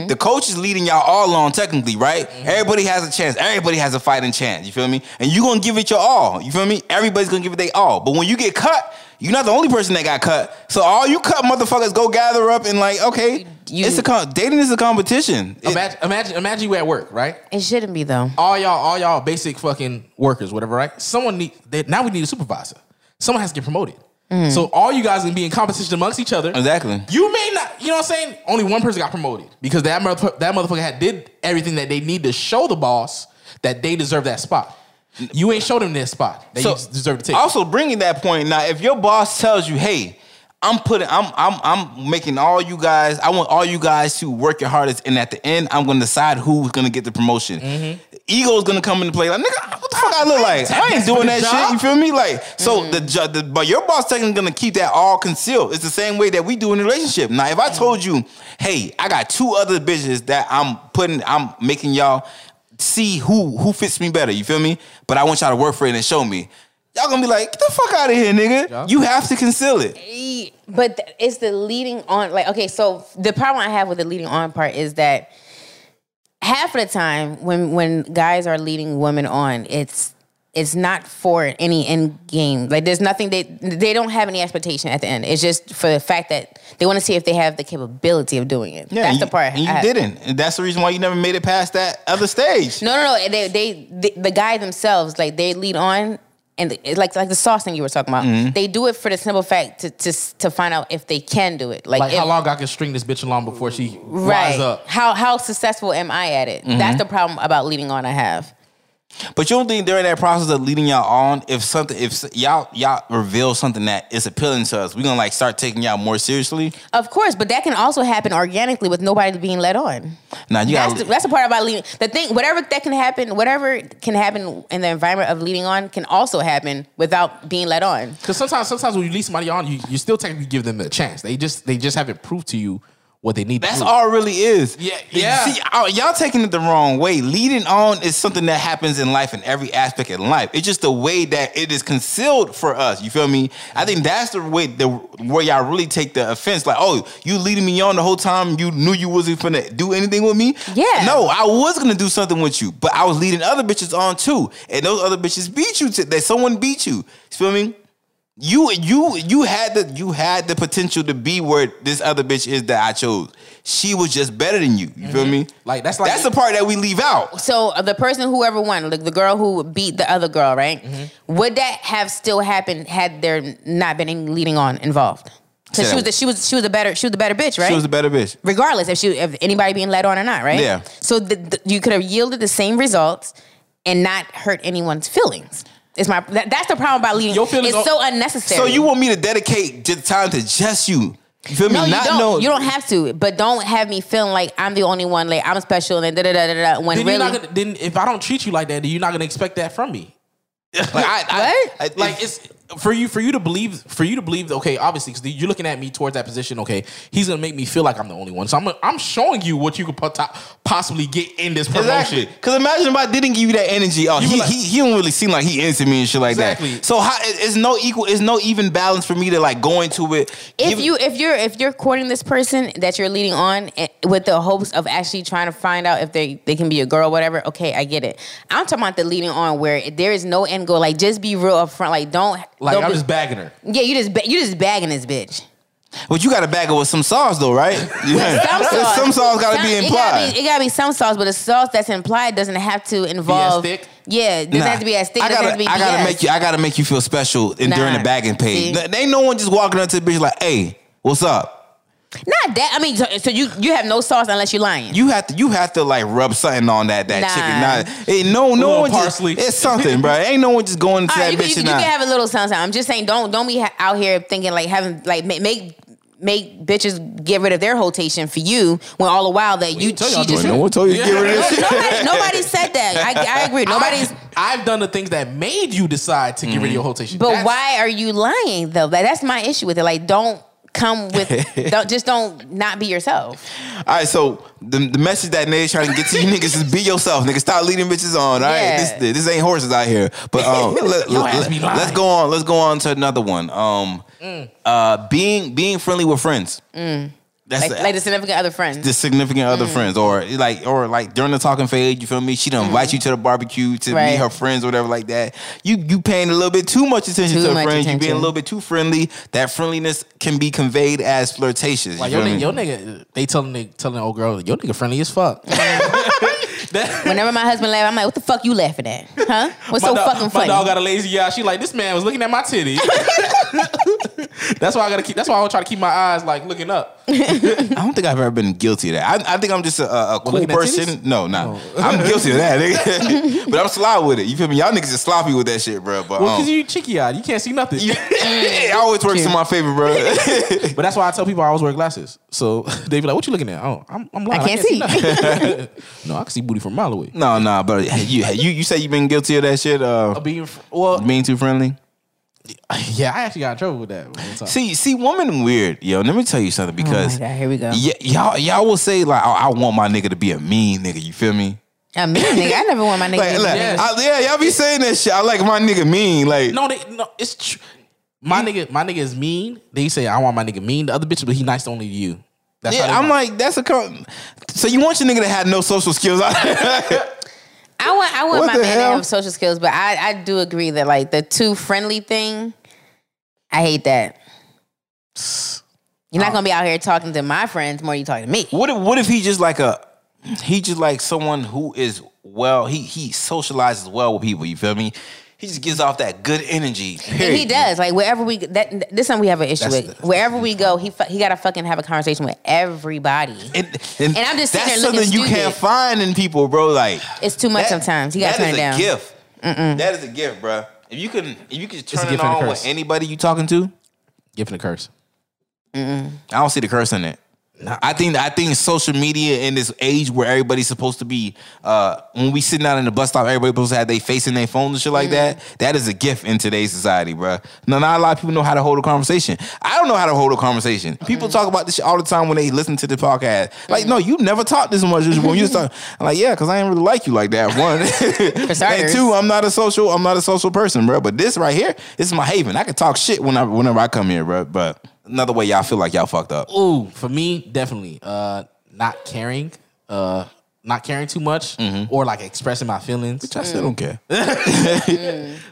A: The coach is leading y'all all on technically, right? Everybody has a chance. Everybody has a fighting chance. You feel me? And you gonna give it your all. You feel me? Everybody's gonna give it their all. But when you get cut, you're not the only person that got cut. So all you cut motherfuckers go gather up and like, okay,
B: You-
A: it's a com- dating is a competition. It-
D: Imagine, imagine, imagine you at work, right?
B: It shouldn't be though.
D: all y'all, all y'all basic fucking workers, whatever, right? Someone need they, now we need a supervisor. Someone has to get promoted.
B: Mm.
D: So all you guys gonna be in competition amongst each other.
A: Exactly.
D: You may not, you know what I'm saying? Only one person got promoted because that mother, that motherfucker had did everything that they need to show the boss that they deserve that spot. You ain't showed them that spot that you deserve to take.
A: Also, bringing that point now, if your boss tells you, "Hey, I'm putting, I'm, I'm, I'm making all you guys. I want all you guys to work your hardest, and at the end, I'm going to decide who's going to get the promotion." Ego's going to come into play. Like, nigga, what the fuck Mm-hmm. I look like? I ain't doing that shit. You feel me? Like, so the, ju- the but your boss technically going to keep that all concealed. It's the same way that we do in a relationship. Now, if I told you, "Hey, I got two other bitches that I'm putting, I'm making y'all." See who who fits me better. You feel me? But I want y'all to work for it and show me y'all gonna be like, get the fuck out of here, nigga. You have to conceal it.
B: But th- it's the leading on. Like okay, so the problem I have with the leading on part is that half of the time when when guys are leading women on, it's it's not for any end game. Like there's nothing they they don't have any expectation at the end. It's just for the fact that they want to see if they have the capability of doing it. That's
A: you,
B: the part.
A: And you
B: I-
A: didn't. And that's the reason why you never made it past that other stage.
B: No, no, no. They, they, the, the guy themselves, like they lead on, and it's like, like the sauce thing you were talking about,
D: Mm-hmm.
B: they do it for the simple fact to, to, to find out if they can do it. Like,
D: Like
B: if-
D: how long I can string this bitch along before she
B: right?
D: rise up. Mm-hmm.
B: How how successful am I at it? That's the problem about leading on. I have.
A: But you don't think during that process of leading y'all on, if something, if y'all y'all reveal something that is appealing to us, we gonna like start taking y'all more seriously.
B: Of course, but that can also happen organically with nobody being led on.
A: Now you
B: That's
A: got
B: the, that's the part about leading. The thing, whatever that can happen, whatever can happen in the environment of leading on, can also happen without being led on.
D: Because sometimes, sometimes when you lead somebody on, you, you still technically give them a chance. They just they just haven't proved to you what they need.
A: That's
D: to prove.
A: all it really is.
D: Yeah, yeah.
A: See, y'all- y'all taking it the wrong way. Leading on is something that happens in life in every aspect in life. It's just the way that it is concealed for us. You feel me? I think that's the way the where y'all really take the offense. Like, oh, you leading me on the whole time. You knew you wasn't finna do anything with me.
B: Yeah.
A: No, I was gonna do something with you, but I was leading other bitches on too, and those other bitches beat you. To, that someone beat you. You feel me? you you you had the you had the potential to be where this other bitch is that I chose. She was just better than you. You
B: Mm-hmm.
A: feel me?
D: Like, that's like-
A: that's the part that we leave out.
B: So uh, the person, whoever won, like the girl who beat the other girl, right?
A: Mm-hmm.
B: Would that have still happened had there not been any leading on involved? Because
A: Say
B: she was
A: that-
B: the, she was she was the better she was the better bitch, right?
A: She was the better bitch.
B: Regardless if she if anybody being led on or not, right?
A: Yeah.
B: So the, the, you could have yielded the same results and not hurt anyone's feelings. It's my that, that's the problem about leading.
D: Your feelings
B: it's
D: are-
B: so unnecessary.
A: So you want me to dedicate just time to just you? You feel me?
B: No, you
A: Not
B: don't.
A: know-
B: You don't have to, but don't have me feeling like I'm the only one. Like I'm special and da da da da da. When
D: Then
B: really,
D: you're not gonna, then if I don't treat you like that, then you're not gonna expect that from me.
A: Like, I, I,
B: What?
A: I- it's-
D: Like it's for you for you to believe for you to believe. Okay, obviously, because you're looking at me towards that position. Okay, he's gonna make me feel like I'm the only one. So I'm gonna- I'm showing you what you could pot- possibly get in this promotion.
A: Exactly. Because imagine if I didn't give you that energy. Oh,
D: You
A: he,
D: be like-
A: he he don't really seem like he into me and shit like
D: Exactly.
A: that. So how, it- it's no equal. It's no even balance for me to like go into it.
B: if
A: give-
B: you if you're if you're courting this person that you're leading on eh, with the hopes of actually trying to find out if they they can be a girl whatever okay i get it i'm talking about the leading on where there is no end goal like just be real upfront like don't
D: Like
B: don't
D: I'm
B: be-
D: just bagging her.
B: yeah you just ba- you just bagging this bitch
A: but you got to bag it with some sauce though, right? Yeah.
B: some sauce,
A: Some sauce got to
B: Some-
A: be
B: It gotta
A: implied.
B: be, it gotta be some sauce, but the sauce that's implied doesn't have to involve.
D: thick?
B: Yeah, doesn't
A: Nah.
B: have to be as thick.
A: I
B: doesn't
A: gotta,
B: have to be
A: I gotta
B: BS.
A: make you. I gotta make you feel special in, during the
B: Nah.
A: bagging
B: See?
A: page. Th- Ain't no one just walking up to the bitch like, "Hey, what's up?"
B: Not that. I mean, so, so you you have no sauce unless you're lying.
A: You have to. You have to like rub something on that that
B: Nah.
A: chicken. Nah, ain't no, no
D: little
A: one.
D: parsley.
A: Just, it's something, bro. Ain't no one just going to
B: All
A: that
B: right, you,
A: bitch
B: can-
A: and
B: you, can- you
A: not-
B: can have a little sound. sound. I'm just saying, don't don't be ha- out here thinking like having like ma- make make bitches get rid of their rotation for you when all the while that you
D: tell
B: she
D: y'all
B: just
D: doing
A: No one told you to get rid of this shit.
B: nobody, nobody said that. I, I agree. Nobody's. Mm-hmm.
D: I've, I've done the things that made you decide to get rid of your rotation.
B: But
D: That's-
B: why are you lying though? Like, that's my issue with it. Like, don't come with. don't just don't not be yourself.
A: All right, so the, the message that Nate's trying to get to you niggas is be yourself, nigga. Stop leading bitches on. All right,
B: Yeah.
A: this, this ain't horses out here. But um, let,
D: Your ass be lying.
A: us go on. Let's go on to another one. Um,
B: Mm.
A: uh, being being friendly with friends. That's
B: Like,
A: the-
B: like the significant other friend.
A: the significant
B: Mm.
A: other friends, or like, or like during the talking phase, you feel me? She done invite you to the barbecue to meet
B: Mm-hmm. Right.
A: her friends or whatever like that. You you paying a little bit too much attention
B: Too
A: to her
B: much
A: friends. You being
B: attention.
A: a little bit too friendly. That friendliness can be conveyed as flirtatious.
D: Like
A: you
D: your
A: feel me?
D: nigga, your nigga, they telling the telling the old girl, your nigga friendly as fuck. That-
B: Whenever my husband laughs, I'm like, "What the fuck you laughing at? Huh? What's so
D: dog-
B: fucking funny?"
D: My dog got a lazy eye. She like this man was looking at my titty. that's why I gotta keep. That's why I gonna try to keep my eyes like looking up.
A: I don't think I've ever been guilty of that. I, I think I'm just a, a, a cool
D: looking at
A: person.
D: titties?
A: No,
D: Oh.
A: nah. I'm guilty of that, nigga. but I'm sly with it. You feel me? Y'all niggas is sloppy with that shit, bro. But
D: Well,
A: um,
D: cause you cheeky eyed, you can't see nothing.
A: it always works in my favor, bro.
D: But that's why I tell people I always wear glasses. So they be like, "What you looking at?" Oh, I'm, I'm blind.
B: I can't
D: nothing. no, I can see booty from a mile away.
A: No, no, but you you you say you been guilty of that shit, uh,
D: Being well,
A: being too friendly.
D: yeah, I actually got in trouble with that. one time.
A: See, see, women weird, yo. Let me tell you something because
B: Oh God, here we go.
A: y- y'all y'all will say like, oh, I want my nigga to be a mean nigga. You feel me?
B: A mean nigga. I never want my nigga.
A: Like,
B: to be
A: like,
B: mean.
D: Yes.
A: I- yeah, y'all be saying that shit. I like my nigga mean, like.
D: No, they, no, it's tr- my nigga. My nigga is mean. They say I want my nigga mean. The other bitch, but he nice only to you. That's how
A: Yeah,
D: they
A: I'm
D: want.
A: like, that's a con- so you want your nigga to have no social skills?
B: I want I want
A: What
B: my
A: the
B: man
A: hell?
B: to have social skills, but I, I do agree that like the too friendly thing, I hate that. You're
A: Oh.
B: not gonna be out here talking to my friends more. than You talking to me?
A: What if what if he just like a he just like someone who is well he he socializes well with people. You feel me? He just gives off that good energy.
B: And
A: Period.
B: he does. Like wherever we that this time we have an issue
A: That's
B: with.
A: the-
B: wherever we go, he fu- he gotta fucking have a conversation with everybody.
A: And,
B: And I'm
A: that's
B: just sitting there looking
A: something you can't
B: stupid.
A: find in people, bro. Like
B: It's too much sometimes. You gotta turn it
A: That
B: down.
A: is a gift. That is a gift, bro. If you can, if you can
D: a
A: turn it
D: gift and a
A: on
D: curse.
A: with anybody you talking to,
D: Gift and a curse.
A: I don't see the curse in it. I think I think social media in this age where everybody's supposed to be uh, when we sitting out in the bus stop, everybody's supposed to have their face in their phones and shit like
B: Mm-hmm.
A: that. That is a gift in today's society, bruh. No, not a lot of people know how to hold a conversation. I don't know how to hold a conversation. People talk about this shit all the time when they listen to the podcast. Like, no, you never talk this much when you talk. I'm like, yeah, because I ain't really like you like that. One, and
B: starters.
A: two, I'm not a social. I'm not a social person, bro. But this right here, this is my haven. I can talk shit when I, whenever I come here, bro. But another way, y'all feel like y'all fucked up.
D: Ooh, for me, definitely. Uh, not caring. Uh, not caring too much, or like expressing my feelings.
A: I still don't care.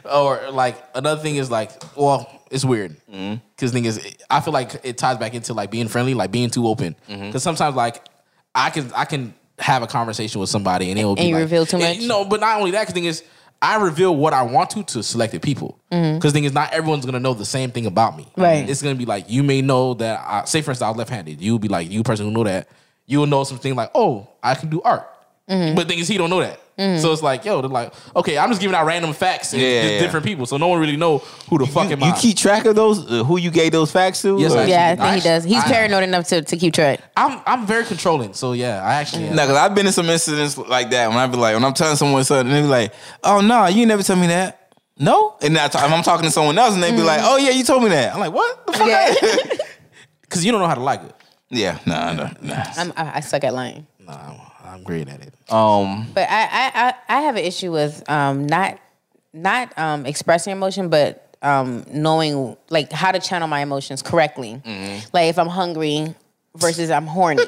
D: or like another thing is like, well, it's weird because niggas. I feel like it ties back into like being friendly, like being too open. Because sometimes like I can I can have a conversation with somebody and it will be
B: And you
D: like-
B: reveal too
D: and-
B: much?
D: no, but not only that. Because thing is, I reveal what I want to to selected people. Because thing is, not everyone's gonna know the same thing about me.
B: Mm-hmm. Right.
D: It's gonna be like you may know that. I, say for instance, I'm left-handed. You'll be like you person who know that. You will know something like, oh, I can do art.
B: Mm-hmm.
D: But thing is, he don't know that. So it's like, yo, they're like, okay, I'm just giving out random facts and
A: Yeah,
D: just
A: yeah.
D: different people, so no one really know who the fuck
A: You,
D: am I.
A: you keep track of those? Uh, who you gave those facts to?
D: Yes,
A: Or-
D: I do.
B: Yeah, I think he
D: Actually,
B: does. He's
D: I-
B: paranoid enough to, to keep track.
D: I'm I'm very controlling, so yeah, I actually. uh,
A: No, because I've been in some incidents like that when I be like, when I'm telling someone something, they be like, "Oh no, you never tell me that." No, and I t- if I'm talking to someone else, and they be like, "Oh yeah, you told me that." I'm like, "What the fuck?"
B: Yeah.
D: because you don't know how to like it.
A: Yeah, nah, nah, nah.
B: I'm, I, I suck at lying.
D: Nah, I'm great at it.
A: Um,
B: But I I, I, I have an issue with um not not um expressing emotion, but um knowing like how to channel my emotions correctly.
D: Mm-hmm.
B: Like if I'm hungry versus I'm horny.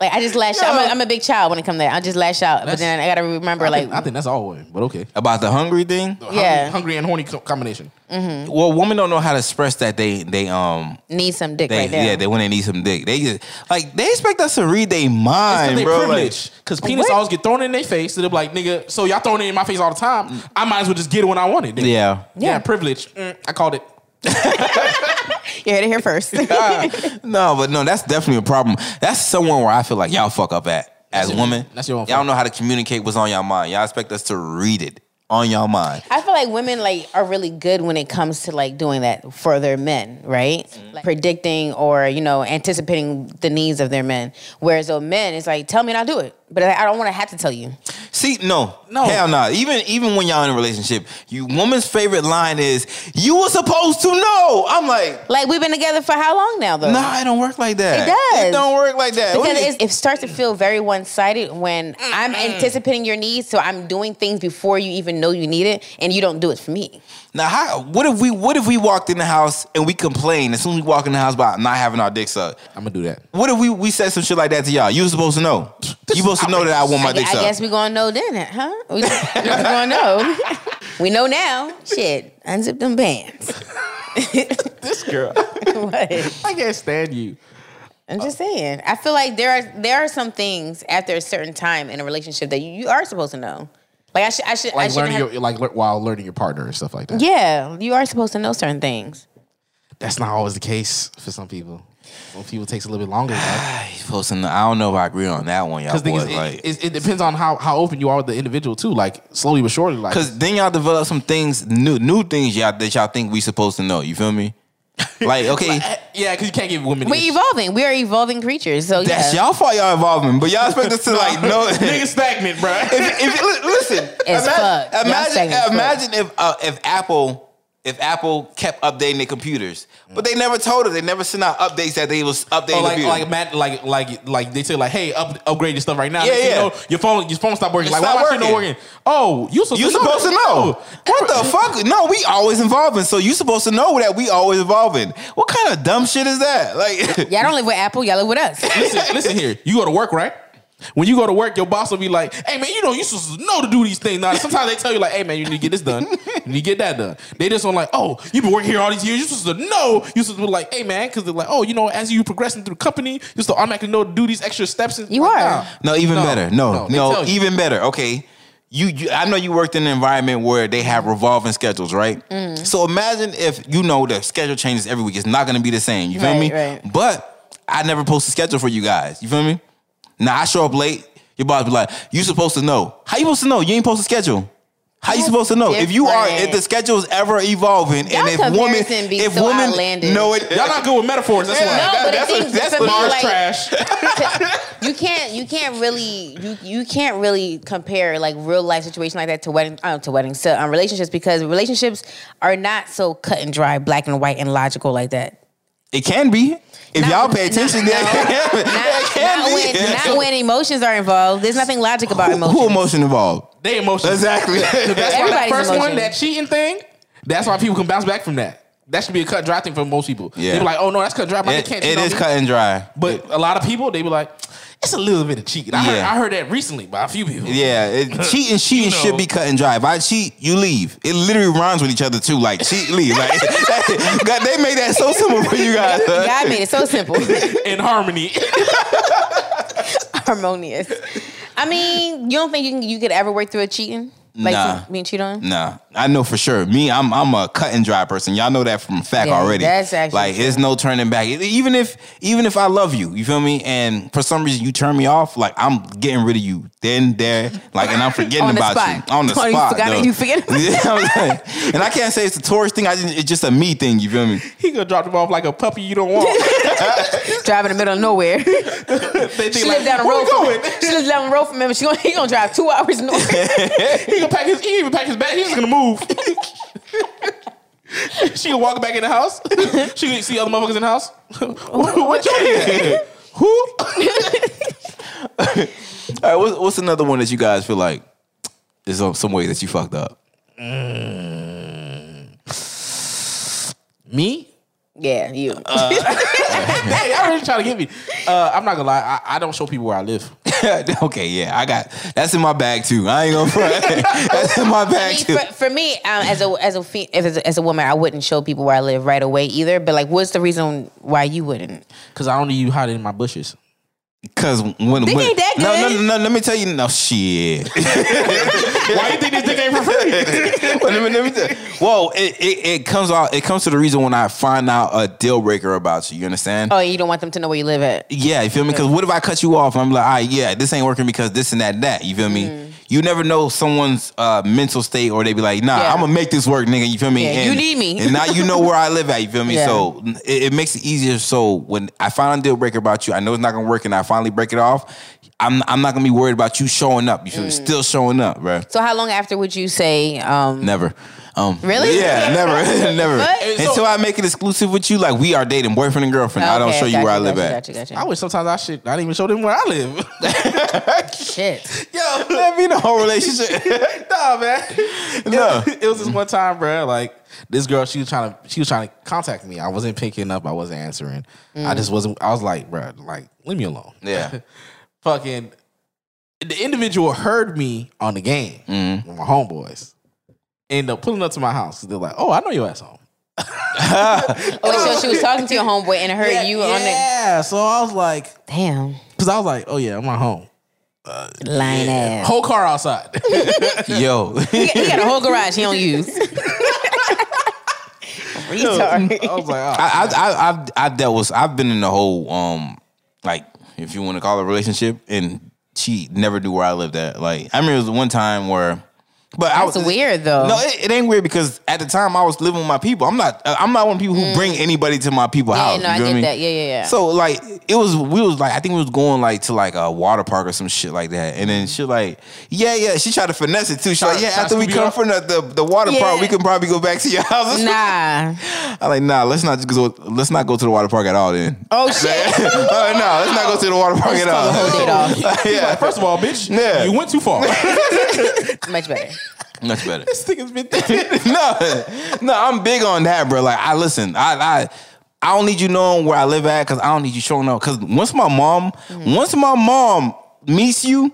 B: Like I just lash out. I'm a, I'm a big child when it comes to that. I just lash out, but
D: That's-
B: then I gotta remember,
D: I
B: like,
D: think, I think that's all women, but okay.
A: about the hungry thing.
B: yeah,
D: hungry, hungry and horny co- combination.
A: Well, women don't know how to express that they they um
B: need some dick
A: They,
B: right there.
A: Yeah, they when they need some dick, they just like they expect us to read their mind,
D: They
A: bro. like-
D: privilege because penis
A: What?
D: always get thrown in their face. So they're like, nigga, so y'all throwing it in my face all the time. I might as well just get it when I want it. nigga.
A: yeah.
D: yeah, privilege. Mm, I called it.
B: You heard it here first.
A: No, but no, that's definitely a problem. That's someone where I feel like y'all fuck up at as
D: your-
A: women.
D: that's your own
A: Y'all
D: fault.
A: don't know how to communicate what's on y'all mind. Y'all expect us to read it on y'all mind.
B: I feel like women like are really good when it comes to like doing that for their men, right? Like predicting or you know anticipating the needs of their men. Whereas though men, it's like tell me and I'll do it, but I I don't want to have to tell you.
A: See, no,
D: No.
A: hell no. Even even when y'all in a relationship, you woman's favorite line is "You were supposed to know." I'm like,
B: Like we've been together for how long now
D: Uh.
B: though?
A: nah, it don't work like that.
B: It does.
A: It don't work like that. What
B: Because
A: do you-
B: it's, it starts to feel very one sided when I'm anticipating your needs, so I'm doing things before you even know you need it, and you don't do it for me.
A: Now, how, what if we what if we walked in the house and we complained as soon as we walk in the house about not having our dick sucked?
D: I'm gonna do that.
A: What if we we said some shit like that to y'all? You was supposed to know. You supposed to know that I want my
B: I, gu-
A: dick
B: I guess
A: sucked.
B: we gonna know then, huh? We, we gonna know. we know now. Shit, unzip them pants.
D: This girl,
B: What?
D: I can't stand you.
B: I'm just saying. I feel like there are there are some things after a certain time in a relationship that you, you are supposed to know. Like I should I should I
D: Like
B: should
D: learning your like lear- while learning your partner and stuff like that.
B: yeah you are supposed to know certain things.
D: That's not always the case for some people. Some people it takes a little bit longer.
A: You supposed to know. I don't know if I agree on that one, y'all
D: Because
A: boys.
D: it,
A: like,
D: it, it depends on how, how open you are with the individual too. Like slowly but surely, like
A: Cause then y'all develop some things new new things y'all that y'all think we supposed to know. You feel me? Like, okay,
D: eh, yeah, because you can't give women.
B: We're evolving. We are evolving creatures. So
A: that's
B: yeah.
A: y'all fault y'all involvement, but y'all expect us to like know.
D: niggas stagnant, bro.
A: if, if, li- listen,
B: It's fucked. Y'all
A: imagine,
B: stagnant as fuck.
A: imagine if uh, if Apple if Apple kept updating their computers, but they never told us. They never sent out updates that they was updating.
D: Or like
A: computers.
D: like Matt like like like they say like hey up, upgrade your stuff right now.
A: Yeah,
D: Next thing
A: yeah.
D: You know, your phone your phone stopped working.
A: It's
D: like
A: not
D: why my shit not
A: working.
D: working? Oh, you supposed,
A: you
D: to,
A: supposed to know. What the fuck? No, we always involving. So you supposed to know that we always involving. What kind of dumb shit is that? Like,
B: Y'all don't live with Apple. Y'all live with us.
D: Listen, listen here. You go to work right? When you go to work, your boss will be like, "Hey man, you know you supposed to know to do these things." Now sometimes they tell you like, "Hey man, you need to get this done, you need to get that done." They just want like, "Oh, you've been working here all these years. You supposed to know. You supposed to be like, hey man," because they're like, "Oh, you know, as you progressing through the company, you supposed to automatically know to do these extra steps." And
B: You
D: like,
B: are.
D: nah.
A: No, even
D: No,
A: better. No,
D: no, they
A: no,
D: tell you.
A: even better. Okay. You, you, I know you worked in an environment where they have revolving schedules, right?
B: Mm.
A: So imagine if you know the schedule changes every week. It's not going to be the same. You feel
B: Right,
A: me?
B: right.
A: But I never post a schedule for you guys. You feel me? Now I show up late. Your boss be like, "You supposed to know? How you supposed to know? You ain't supposed to schedule." How you
B: That's
A: supposed to know if you are
B: different.
A: if the schedule is ever evolving
B: Y'all
A: and if woman
B: comparison be
A: if
B: so
A: woman
B: outlandish.
A: no it
D: Y'all not good with metaphors. That's why.
A: No,
D: That-
B: but the
D: that's
B: thing-
D: that's
B: for me,
D: Mars
B: like-
D: trash.
B: you can't you can't really you you can't really compare like real life situation like that to wedding uh, to weddings to um, relationships because relationships are not so cut and dry, black and white, and logical like that.
A: it can be if
B: Not-
A: y'all pay attention
B: not-
A: then it
B: Not,
A: can
B: not
A: be.
B: when, not when emotions are involved. There's nothing logic about
A: who, who
B: emotions.
A: emotion involved
D: They emotional.
A: Exactly.
D: That's why that
B: Everybody's
D: first
B: emotional.
D: one, that cheating thing, that's why people can bounce back from that. That should be a cut and dry thing for most people.
A: Yeah.
D: They be like, oh no, that's cut and dry, but
A: It-
D: they can't cheat
A: it
D: on
A: is
D: me.
A: cut and dry.
D: But a lot of people, they be like, it's a little bit of cheating. I, heard,
A: Yeah.
D: I heard that recently by a few people.
A: Yeah, it, cheating, cheating
D: You know.
A: should be cut and dry. If I cheat, you leave. It literally rhymes with each other too. Like cheat, leave. Like God, they made that so simple for you guys. huh?
B: God made it so simple,
D: In harmony.
B: harmonious. I mean, you don't think you can, you could ever work through a cheating like
A: Nah.
B: being cheated on?
A: Nah, I know for sure. Me, I'm I'm a cut and dry person. Y'all know that from fact
B: Yeah,
A: already.
B: that's actually
A: like
B: true.
A: it's no turning back. E, Even if even if I love you, you feel me, and for some reason you turn me off, like I'm getting rid of you. Then there, like, and I'm forgetting
B: On the
A: about
B: spot.
A: you on the
B: Oh, you
A: spot.
B: forgot
A: though.
B: it, you forget about
A: Yeah, I'm like- and I can't say it's a tourist thing. I just, it's just a me thing. You feel me?
D: he gonna drop them off like a puppy you don't want.
B: Driving in the middle of nowhere.
D: they
B: She
D: think
B: lives
D: like,
B: down the
D: where
B: road.
D: we
B: From,
D: going?
B: she lives down the road from him. and She gonna, he gonna drive two hours north.
D: he gonna pack his, he even pack his bag, he's just gonna move. she gonna walk back in the house. she gonna see other motherfuckers in the house. what, what you here? Who?
A: All right, what's, what's another one that you guys feel like is some, some way that you fucked up?
D: Me?
B: Yeah, you.
D: Hey, y'all really trying to get me. Uh, I'm not gonna lie, I, I don't show people where I live.
A: okay, yeah, I got that's in my bag too. I ain't gonna front. that's in my
B: I
A: bag
B: mean,
A: too.
B: for, for me, um, as a as a, fe- if as a as a woman, I wouldn't show people where I live right away either. But like, what's the reason why you wouldn't?
D: Cause I only you hiding in my bushes.
A: Cause when
B: Dick
A: when-
B: ain't that
A: No,
B: good.
A: no, no, no. Let me tell you. No shit.
D: Why you think this dick ain't for free?
A: Well, let me, let me tell Whoa, it, it, it comes out. It comes to the reason when I find out a deal breaker about you. You understand?
B: Oh, you don't want them to know where you live at.
A: Yeah, you feel me? Because what if I cut you off? I'm like, all right, yeah, this ain't working because this and that, and that. You feel me?
B: Mm-hmm.
A: You never know someone's uh, mental state, or they be like, nah,
B: Yeah.
A: I'm gonna make this work, nigga. You feel me?
B: Yeah, you need me.
A: and now you know where I live at. You feel me?
B: Yeah.
A: So it, it makes it easier. So when I find a deal breaker about you, I know it's not gonna work, and I finally break it off. I'm I'm not gonna be worried about you showing up. You feel
B: Mm.
A: me? Still showing up, bruh.
B: So how long after would you say? Um,
A: Never. Um,
B: Really?
A: Yeah, never, never.
B: What?
A: Until I make it exclusive with you, like we are dating, boyfriend and girlfriend. I don't
B: okay,
A: show you
B: gotcha,
A: where I live
B: gotcha,
A: at.
B: Gotcha, gotcha.
D: I wish sometimes I should I didn't even show them where I live.
B: Shit.
D: Yo,
A: That be the whole relationship.
D: nah, man.
A: No.
D: It, was this one time, bruh, Like this girl, she was trying to, she was trying to contact me. I wasn't picking up. I wasn't answering. I
A: Mm.
D: just wasn't. I was like, bruh, like leave me alone.
A: Yeah.
D: Fucking. The individual heard me on the game
A: Mm.
D: with my homeboys, end up pulling up to my house. They're like, "Oh, I know your ass home."
B: Oh, wait, so she was talking to your homeboy and heard you
D: yeah.
B: on the
D: So I was like,
B: damn
D: because I was like, "Oh yeah, I'm at home."
B: lying ass.
D: Whole car outside.
A: Yo,
B: He, he got a whole garage he don't use. Retard.
D: I was like, oh.
A: I, I, I, I've, I've dealt with. I've been in the whole, um, like, if you want to call it a relationship, and she never knew where I lived at. Like, I mean, it was one time where, but I
B: That's
A: was
B: weird though.
A: No, it, it ain't weird because at the time I was living with my people. I'm not. uh, I'm not one of the people who bring anybody to my people
B: Mm. yeah,
A: house.
B: no,
A: you
B: I
A: feel
B: get
A: me?
B: that. Yeah, yeah, yeah.
A: So like it was we was like I think we was going like to like a water park or some shit like that and then she like yeah yeah she tried to finesse it too she like
D: Try-
A: yeah
D: try
A: after we
D: Scooby
A: come
D: up?
A: from the, the, the water
B: Yeah.
A: park we can probably go back to your house
B: nah.
A: I like nah let's not just go let's not go to the water park at all then
B: Oh shit.
A: uh, no let's not go to the water park at all
B: Hold it off.
A: yeah
D: First of all, bitch,
A: Yeah.
D: you went too far.
B: Much better.
A: much better
D: this thing has been thinking.
A: no, no, I'm big on that, bro. Like, I listen, I, I, I don't need you knowing where I live at because I don't need you showing up. Because once my mom, once my mom meets you,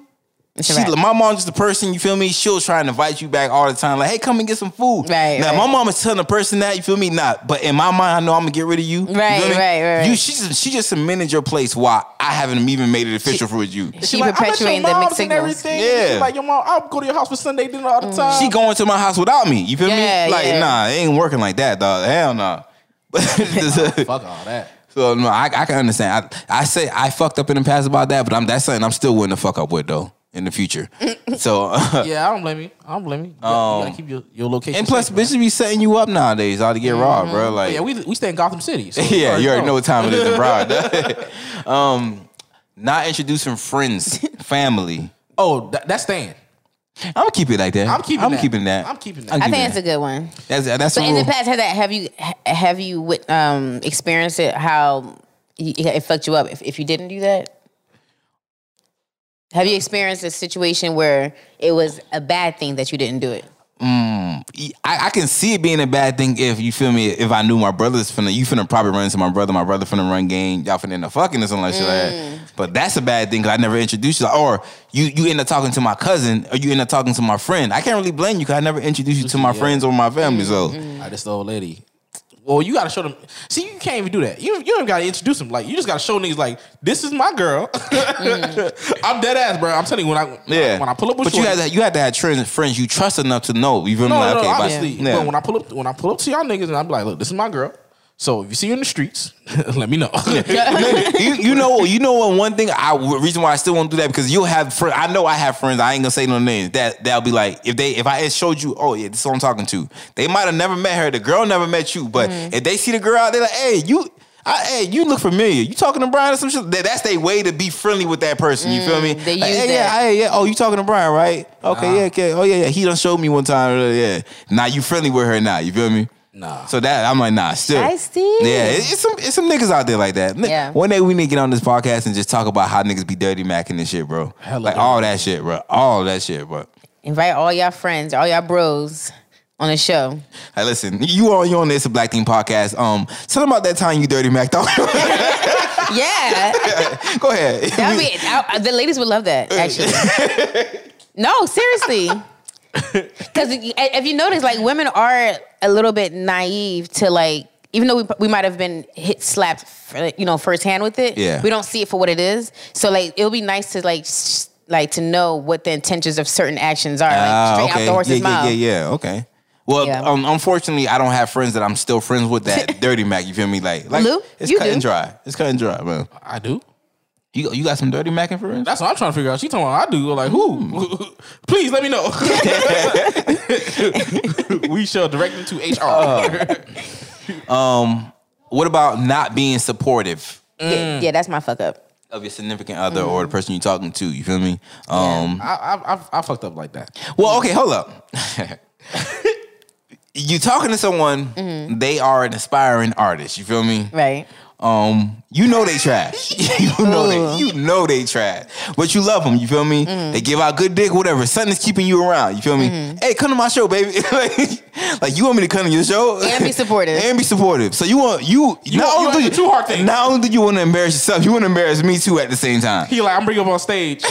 B: It's a
A: she,
B: wrap.
A: my mom's just a person, you feel me? She'll try and invite you back all the time, like, hey, come and get some food.
B: Right,
A: now,
B: right.
A: my mom is telling the person that, you feel me? Not, but in my mind, I know I'm gonna get rid of you. You feel
B: Right,
A: me?
B: right, right.
A: You, she, just, she just cemented your place while I haven't even made it official for you.
B: She
D: Like, I bet your
B: perpetuating the
D: moms
B: mixed
D: and
B: signals.
D: everything.
A: Yeah.
D: She's like your mom, I'll go to your house for Sunday dinner all the time.
A: She going to my house without me. You feel
B: Yeah,
A: me? Like,
B: yeah.
A: nah, it ain't working like that, dog. Hell nah.
D: fuck all that.
A: so no, I, I can understand. I, I say I fucked up in the past about that, but I'm that's something I'm still willing to fuck up with though in the future. so
D: Yeah, I don't blame you. I don't blame you. You, gotta- you gotta keep your, your location.
A: Um, and plus
D: safe, man.
A: bitches be setting you up nowadays all to get robbed, bro. Like
D: Mm-hmm. yeah, we we stay in Gotham City. So
A: Yeah, you already know what time it is abroad. um, not introducing friends, family.
D: Oh, that, that's staying.
A: I'm gonna keep it like that.
D: I'm keeping
A: I'm
D: that.
A: keeping that.
D: I'm keeping that.
A: I'm
B: I think
A: keeping
B: that's a good one.
A: that. That's that's the
B: But in
A: rule.
B: the past, have that have you ha- have you wit- um experienced it how y- it fucked you up if, if you didn't do that? Have you experienced a situation where it was a bad thing that you didn't do it?
A: E, I, I can see it being a bad thing if you feel me. If I knew my brother's finna, you finna probably run into my brother. My brother finna run game. Y'all finna end up fucking or something like
B: Mm.
A: that. But that's a bad thing because I never introduced you. Or you you end up talking to my cousin, or you end up talking to my friend. I can't really blame you because I never introduced you to my friends or my family.
B: Mm,
A: So
D: Like this old lady. Well, you gotta show them. See, you can't even do that. You you don't even gotta introduce them. Like you just gotta show niggas. Like this is my girl. Mm. I'm dead ass, bro. I'm telling you when I when I-
A: Yeah.
D: when I pull up with
A: But you
D: shorty-
A: had to, you had to have friends, friends you trust enough to know. You feel me?
D: No,
A: Like,
D: no,
A: okay,
D: no,
A: but-
D: obviously.
A: yeah.
D: But when I pull up, when I pull up to y'all niggas, and I'm like, look, this is my girl. So if you see her in the streets, let me know.
A: you, you know you know what one thing I the reason why I still won't do that because you'll have friends I know I have friends I ain't gonna say no names that that'll be like if they if I had showed you oh yeah this is who I'm talking to they might have never met her the girl never met you but
B: Mm.
A: if they see the girl out they're like hey you I, hey you look familiar you talking to Brian or some shit that, that's their way to be friendly with that person you feel me
B: Mm, they
A: Like,
B: use
A: hey,
B: that.
A: yeah hey yeah oh you talking to Brian right okay yeah okay oh yeah yeah he done showed me one time yeah now you friendly with her now you feel me.
D: Nah.
A: So that I'm like, nah, still.
B: Shiesty.
A: Yeah, it- it's some it's some niggas out there like that. Ni-
B: Yeah.
A: One day we need to get on this podcast and just talk about how niggas be dirty macking and shit, bro.
D: Hella
A: like
D: dirty.
A: all that shit, bro. All that shit, bro.
B: Invite all y'all friends, all y'all bros on the show.
A: Hey, listen, you on you on this Black Team podcast. Um, tell them about that time you dirty macked out.
B: Yeah,
A: Go ahead.
B: that would be I, the ladies would love that
A: Mm.
B: actually. no, seriously. Because if you notice, like women are a little bit naive to like, even though we, we might have been hit slapped, fir- you know, firsthand with it.
A: Yeah.
B: we don't see it for what it is. So like, it would be nice to like, sh- like to know what the intentions of certain actions are, like
A: Ah,
B: straight out the horse's
A: yeah,
B: mouth.
A: yeah, yeah, yeah. Okay. Well,
B: Yeah.
A: um, unfortunately, I don't have friends that I'm still friends with that dirty mac. You feel me? Like, like
B: Lou,
A: it's
B: you
A: cut
B: do.
A: and dry. It's cut and dry, man.
D: I do.
A: You you got some dirty macking friends?
D: That's what I'm trying to figure out. She talking about I do. Like who? Please let me know. we shall direct them to HR.
B: Uh,
A: What about not being supportive?
B: Yeah, yeah, that's my fuck up.
A: of your significant other or
B: Mm-hmm.
A: the person you're talking to. You feel me? Um,
D: I, I, I I fucked up like that.
A: well, okay, hold up. you talking to someone, they are an aspiring artist. You feel me?
B: Mm-hmm. Right.
A: Um, you know they trash. you know they, you know they trash, but you love them. You feel me?
B: Mm.
A: They give out good dick, whatever. Something is keeping you around. You feel me?
B: Mm-hmm.
A: Hey, come to my show, baby. like, like, you want me to come to your show
B: And be supportive.
A: and be supportive. So you want you,
D: want- you want the two hard things.
A: Not only do you want to embarrass yourself, you want to embarrass me too at the same time.
D: He like I'm bringing up on stage.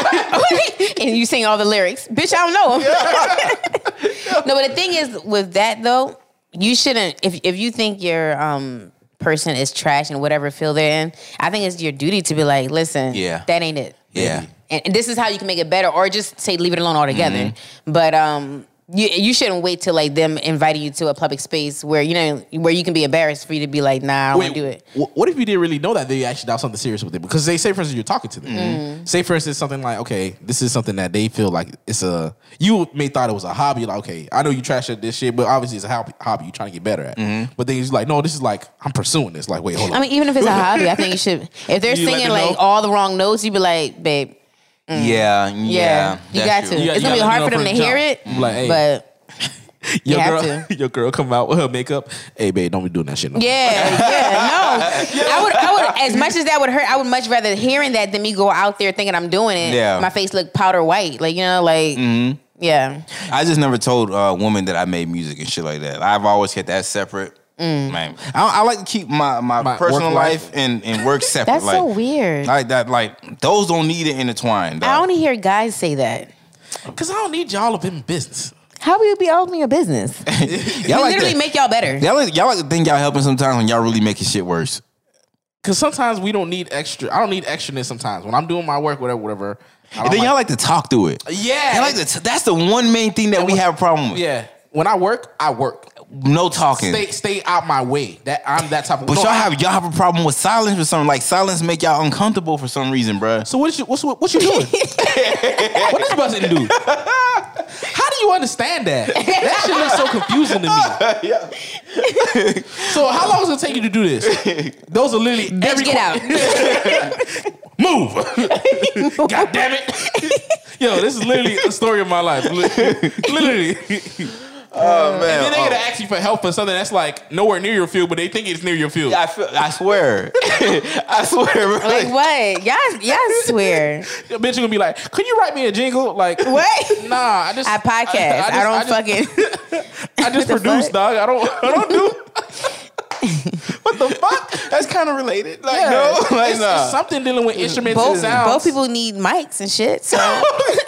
B: and you sing all the lyrics. Bitch, I don't know 'em. no, but the thing is with that though, you shouldn't if if you think your um person is trash in whatever field they're in, I think it's your duty to be like, listen,
A: Yeah.
B: that ain't it.
A: Yeah.
B: And, and this is how you can make it better, or just say leave it alone altogether.
D: Mm-hmm.
B: But um you, you shouldn't wait till like them inviting you to a public space where you know where you can be embarrassed for you to be like nah I don't want to do it.
D: wh- What if you didn't really know that they actually done something serious with it? Because they say, for instance, you're talking to them.
B: Mm.
D: Say, for instance, something like, okay, this is something that they feel like it's a. You may thought it was a hobby. Like, okay, I know you trash at this shit, but obviously it's a hobby. hobby you're trying to get better at.
B: Mm-hmm.
D: But then he's like, no, this is like I'm pursuing this. Like, wait, hold on.
B: I mean even if it's a hobby, I think you should if they're
D: You let
B: singing
D: them know?
B: like all the wrong notes, you'd be like babe
A: Yeah, yeah.
B: Mm. Yeah, you got
A: that's
B: to.
A: true.
D: Yeah,
B: it's gonna
D: yeah,
B: be hard
D: you
B: for
D: know,
B: them to
D: from the
B: hear it,
D: jump. Like, hey.
B: but you
D: your
B: have
D: girl, your girl come out with her makeup. Hey, babe, don't be doing that shit. No more.
B: yeah, yeah, no. I would, I would, as much as that would hurt, I would much rather hearing that than me go out there thinking I'm doing it.
A: Yeah.
B: my face look powder white, like you know, like yeah,
A: I just never told uh, women that I made music and shit like that. I've always kept that separate.
B: Mm.
A: Man, I, I like to keep my, my,
D: My
A: personal
D: work life?
A: life and, and work separate.
B: That's
A: like,
B: so weird.
A: Like that, like those don't need to intertwine.
B: I
A: Dog.
B: only hear guys say that.
D: Cause I don't need y'all up in business.
B: How will you be owning your business?
A: y'all
B: e- you
A: like
B: literally
A: to,
B: make y'all better.
A: y'all, like- y'all like to think y'all helping sometimes when y'all really making shit worse.
D: Cause sometimes we don't need extra. I don't need extraness. Sometimes when I'm doing my work, whatever, whatever. I
A: And
D: don't
A: then y'all like to talk through it.
D: yeah,
A: Y'all like to t- that's the one main thing that we have a problem with.
D: yeah. When I work, I work.
A: No talking.
D: Stay stay out my way. That I'm that type of.
A: But
D: no,
A: y'all
D: I-
A: have y'all have a problem with silence for something. Like silence make y'all uncomfortable for some reason, bruh.
D: So what you what's what, what you doing? what are you supposed to do? How do you understand that? That shit looks so confusing to me. so how long does it take you to do this? Those are literally
B: Bitch,
D: every
B: get out.
D: move. God damn it. Yo, this is literally a story of my life. Li- Literally.
A: Oh man.
D: Then they gotta ask you for help for something that's like nowhere near your field, but they think it's near your field.
A: I, feel, I swear. I swear, bro.
B: like what? Y'all, y'all swear.
D: Your bitch gonna be like, "Can you write me a jingle?" Like,
B: What?
D: Nah, I just
B: I podcast. I,
D: just-
B: don't
D: just-
B: fucking.
D: I just
B: What the
D: produce,
B: fuck?
D: dog. I don't. I don't do.
A: what the fuck? That's kind of related. Like,
D: Yeah.
A: no, like,
D: it's,
A: nah.
D: it's something dealing with instruments and
B: both,
D: sounds.
B: both people need mics and shit. So, oh,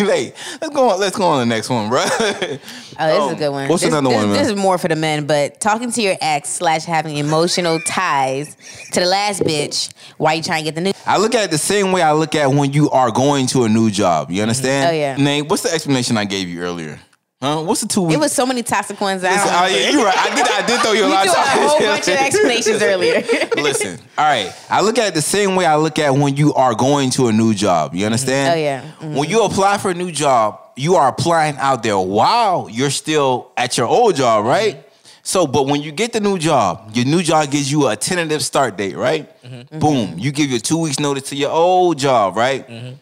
A: Like, let's go on. Let's go on to the next one, bro.
B: Oh, this is
A: Um,
B: a good one.
A: what's
B: this,
A: another
B: this-
A: one, man?
B: This is more for the men, but talking to your ex slash having emotional ties to the last bitch while you trying to get the new.
A: I look at it the same way I look at when you are going to a new job. You understand?
B: Oh, yeah.
A: Nate, what's the explanation I gave you earlier? Huh? What's the two weeks?
B: It was so many toxic ones. I
A: Listen,
B: don't
A: oh, yeah, you're right. I did. I did throw you a
B: You
A: lot
B: do
A: of
B: a
A: time.
B: whole bunch of explanations earlier.
A: Listen, all right. I look at it the same way I look at when you are going to a new job. You understand?
B: Oh, yeah.
A: When you apply for a new job, you are applying out there while you're still at your old job, right?
B: Mm-hmm.
A: So, but when you get the new job, your new job gives you a tentative start date, right?
B: Mm-hmm.
A: Boom. You give your two weeks notice to your old job, right?
B: Mm-hmm.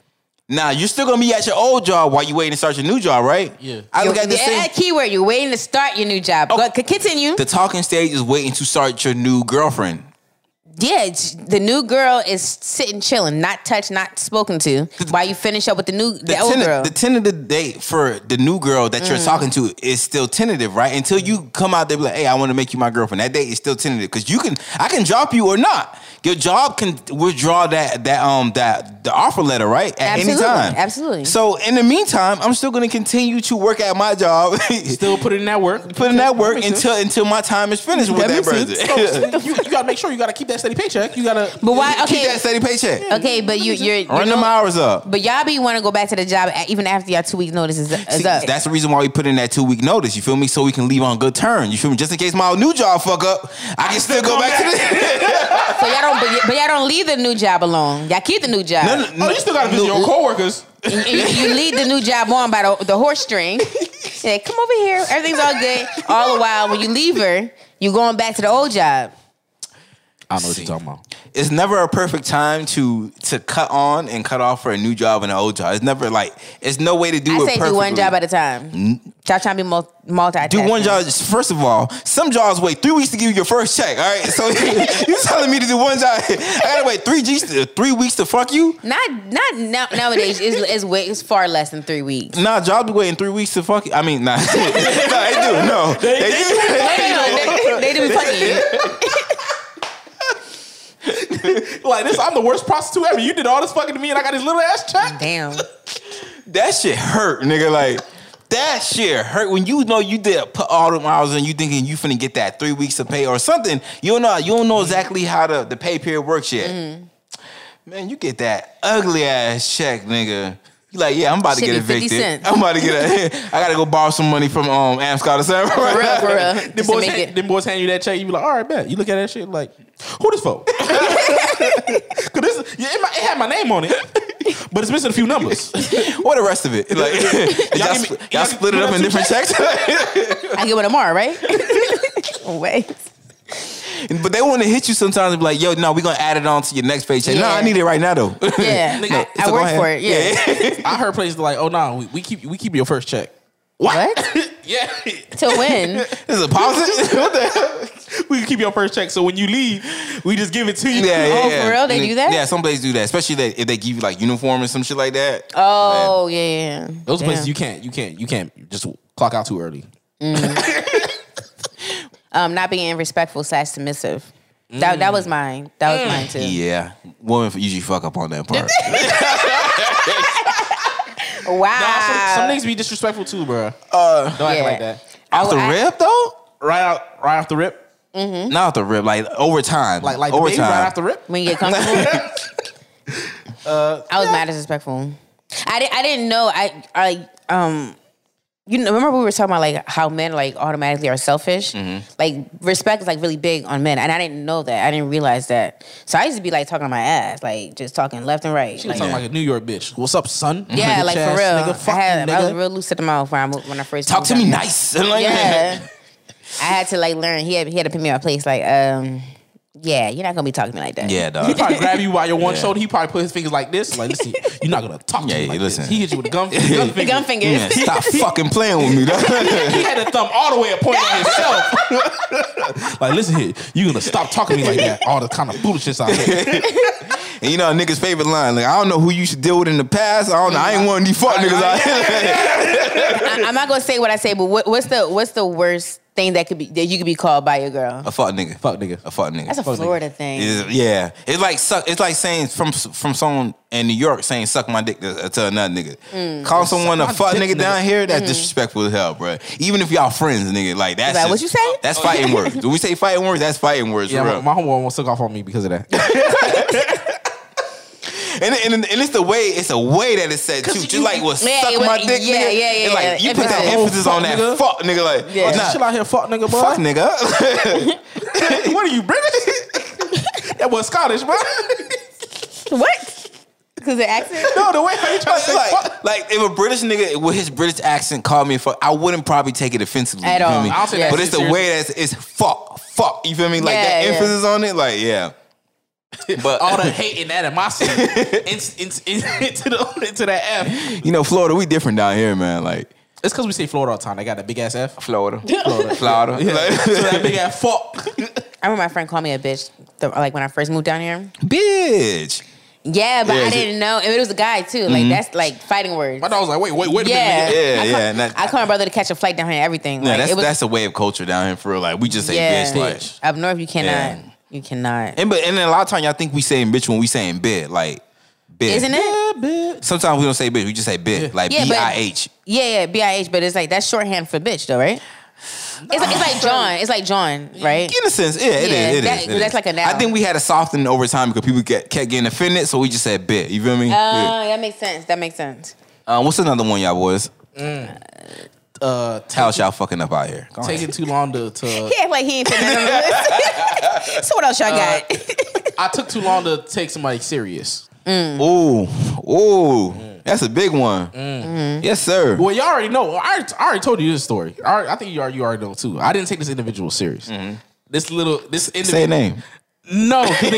A: Now you're still gonna be at your old job while you waiting to start your new job, right?
D: Yeah.
A: I look at the
B: yeah,
A: same. Oh.
B: keyword. You're waiting to start your new job. But continue.
A: The talking stage is waiting to start your new girlfriend.
B: Yeah, it's- the new girl is sitting chilling, not touched, not spoken to. While you finish up with the new, the,
A: the,
B: old
A: tenta-
B: girl. Mm.
A: the tentative date for the new girl that you're talking to is still tentative, right? Until you come out there, be like, "Hey, I want to make you my girlfriend." That date is still tentative because you can, I can drop you or not. Your job can withdraw that that um that the offer letter, right? At
B: Absolutely,
A: any time,
B: absolutely.
A: So in the meantime, I'm still going to continue to work at my job,
D: still put it in that work.
A: putting that work until until my time is finished with that, person.
D: you, you gotta make sure you gotta keep that steady paycheck. You gotta.
B: but why?
A: Keep
B: Okay,
A: that steady paycheck.
B: okay, but you, you're, you
A: Run
B: know-
A: them hours up.
B: But y'all be want to go back to the job a- even after y'all two week notice is, is
A: See,
B: up.
A: that's the reason why we put in that two week notice. You feel me? So we can leave on good terms. You feel me? Just in case my new job fuck up, I can still go back,
B: so y'all don't, but, y- but y'all don't leave the new job alone. Y'all keep the new job.
A: to the.
D: Oh, you still gotta visit your coworkers.
B: And you, you lead the new job on by the, the horse string. Yeah, come over here. Everything's all good. All the while, when you leave her, you going back to the old job.
D: I know what you're talking about.
A: It's never a perfect time to to cut on and cut off for a new job and an old job. It's never like it's no way to do
B: I
A: it.
B: say do
A: perfectly.
B: one
A: Mm.
B: job at a time. Y'all trying to be multi multitasking.
A: Do one job. First of all, some jobs wait three weeks to give you your first check. All right, so you telling me to do one job? I gotta wait three G's to, three weeks to fuck you?
B: Not not now, nowadays. It's, it's way it's far less than three weeks.
A: Nah, jobs be waiting three weeks to fuck you. I mean, nah, nah, they do. No, they do.
B: No, no, no, they, they didn't fucking you.
D: Like this, I'm the worst prostitute ever. You did all this fucking to me, and I got this little ass check.
B: Damn.
A: that shit hurt, nigga. Like that shit hurt when you know you did put all the miles in. You thinking you finna get that three weeks of pay or something. You don't know. You don't know exactly how the, the pay period works yet. Man, you get that ugly ass check, nigga. You like, yeah, I'm about to
B: Should
A: get
B: be 50
A: evicted.
B: cents.
A: I'm about to get. A, I gotta go borrow some money from um Amscot or something.
B: For real, for real.
D: Them
B: Just to
D: boys,
B: make
D: hand,
B: it.
D: them boys hand you that check. You be like, all right, bet. You look at that shit like, who this for? Cause this, yeah, it, might- it had my name on it, but it's missing a few numbers.
A: Or the rest of it. Like, y'all,
D: give me-
A: sp- y'all
D: y'all
A: split it
D: give
A: up
D: me
A: in
D: two
A: different checks.
B: I get one tomorrow, right? Wait.
A: but they want to hit you sometimes and be like, yo, no, we're gonna add it on to your next paycheck. No,
B: Yeah.
A: I need it right now though.
B: Yeah.
D: Nigga,
A: So
B: I, I
A: go
B: work
A: ahead.
B: for it. Yeah.
D: I heard places like, oh no, we, we keep we keep your first check.
B: What?
D: Yeah,
B: to win.
A: This is a positive. what the hell?
D: we keep your first check. So when you leave, we just give it to you.
A: Yeah, yeah,
B: Oh,
A: yeah.
B: for real? They do that?
A: Yeah, some places do that, especially they, if they give you like uniform and some shit like that.
B: Oh yeah, yeah. yeah.
D: Those
B: Damn.
D: places you can't, you can't, you can't just clock out too early.
B: um, not being respectful slash submissive. That that was mine. That
D: Mm.
B: was mine too.
A: Yeah, women usually fuck up on that part.
B: Oh, Wow.
D: Nah, some, some niggas be disrespectful too, bro. Don't act
B: Ah. Uh, yeah.
D: like that.
A: off the
B: I- Hmm?
A: rip though,
D: Right out, right off the rip,
A: not off the rip, like over time,
D: like like the baby
A: overtime.
D: right off the rip.
B: when you get comfortable. I was mad at disrespectful. I didn't. I didn't know. I. I. Um. You know, remember we were talking about like how men like automatically are selfish.
D: Mm-hmm.
B: Like respect is like really big on men, and I didn't know that. I didn't realize that. So I used to be like talking to my ass, like just talking left and right.
D: She
B: Like,
D: was talking like a New York bitch. What's up, son?
B: yeah,
D: Bitch
B: like for
D: ass
B: real.
D: Nigga, fuck
B: I, had,
D: you,
B: I was
D: nigga.
B: real loose at the mouth when I moved- when I first
A: Talk
B: moved
A: to
B: out
A: me
B: here.
A: nice. Like,
B: Yeah. I had to like learn. He had he had to put me in my place. Like, um, yeah, you're not gonna be talking to me like that.
A: yeah,
D: He
A: dog.
D: probably grab you by your one
A: Yeah.
D: shoulder. He probably put his fingers like this. Like, listen, you're not gonna talk to
A: Yeah,
D: me.
A: yeah,
D: like
A: listen.
D: This. He hit you with the gum, gum finger.
B: The gum fingers.
A: Yeah, stop fucking playing with me. dog.
D: He had the thumb all the way up pointing at himself. like, listen here, you gonna stop talking to me like that? All the kind of foolishness out here.
A: and you know, a niggas' favorite line. Like, I don't know who you should deal with in the past. I don't know. I ain't one of these fuck niggas out here.
B: I, I'm not gonna say what I say, but what, what's the what's the worst thing that could be that you could be called by your girl?
A: A fuck nigga.
D: Fuck nigga.
A: A fuck nigga.
B: That's a Florida thing.
A: Oh, Is- yeah, it's like suck. It's like saying from from someone in New York saying "suck my dick" to, to another nigga.
B: Mm.
A: Call someone a
D: my
A: fuck
D: dick,
A: nigga,
D: nigga.
A: down here.
B: Mm-hmm.
A: That's disrespectful as hell, bro. Even if y'all friends, nigga, like that's
B: Like, what
A: just-
B: you say? Oh,
A: That's fighting words. When we say fighting words, that's fighting words,
D: Yeah,
A: bro.
D: my, my homeboy almost took off on me because of that.
A: and, and and it's the way it's a way that it's said too.
D: you-
A: Just like what
B: Yeah,
A: suck
B: it was-
A: my dick,
B: yeah,
A: nigga.
B: yeah, yeah,
A: It's like
B: yeah.
A: you put that
B: Emphasis.
A: emphasis on that
D: Nigga.
A: fuck, nigga. Like
B: Yeah.
A: nah,
D: Chill out here, fuck nigga, boy.
A: fuck, nigga.
D: what are you, British? that was Scottish, bro.
B: What? Because the accent.
D: no, the way how you trying to
A: Like,
D: say
A: like,
D: fuck.
A: like if a British nigga with his British accent called me a fuck, I wouldn't probably take it offensively.
B: At
A: you feel
B: all.
A: me?
B: I don't take
D: that
A: But it's the
D: seriously.
A: way that's it's fuck, fuck. You feel me? Like that
B: Yeah, yeah.
A: emphasis on it, like yeah. But
D: All the hate and animosity into, into, the, into that F.
A: you know, Florida, we different down here, man. Like
D: It's because we say Florida all the time. They got that big ass F.
A: Florida, Florida, Florida. Like,
D: So that big ass fuck.
B: I remember my friend called me a bitch. The, like when I first moved down here.
A: bitch.
B: Yeah, but
A: Yeah,
B: I
A: is it- Mm-hmm.
B: didn't know. And it was a guy too. Like that's like fighting words.
D: My dog was like, wait, wait, wait a minute.
B: Yeah,
A: Yeah,
D: nigga.
B: I
A: yeah,
B: Call,
A: and that-
B: I called my brother to catch a flight down here. and Everything.
A: Yeah,
B: like,
A: that's
B: it was,
A: that's a way of culture down here for real. Like we just say
B: yeah.
A: bitch, like.
B: Up north, you cannot. You cannot.
A: And but and then a lot of time y'all think we saying bitch when we saying bit, like bit.
B: Isn't it?
A: Sometimes we don't say bitch, we just say bit, like
B: Yeah,
A: B
B: but-
A: I H.
B: Yeah, yeah, B I H. But it's like that's shorthand for bitch, though, right? It's like, it's like John. It's like John, right?
A: In a sense, yeah, it is.
B: Yeah,
A: it
B: that-
A: is, it
B: that's
A: is.
B: like a noun.
A: I think we had to soften over time because people get, kept getting offended, so we just said bit. You feel me? Yeah.
B: Oh, that makes sense. That makes sense.
A: Uh, what's another one, y'all boys? Mm.
D: Uh, t-
A: How's y'all fucking up out here? Go ahead.
D: taking too long to, to
B: Yeah, like he ain't put that on the list. so what else y'all
A: Uh,
B: got?
D: I took too long to take somebody serious.
A: Ooh, ooh, that's a big one.
B: Mm-hmm.
A: Yes, sir.
D: Well, you all already know. I already, I already told you this story. I, already- I think you already, you already know too. I didn't take this individual serious. This little this
A: Say a
D: individual.
A: name.
D: No, say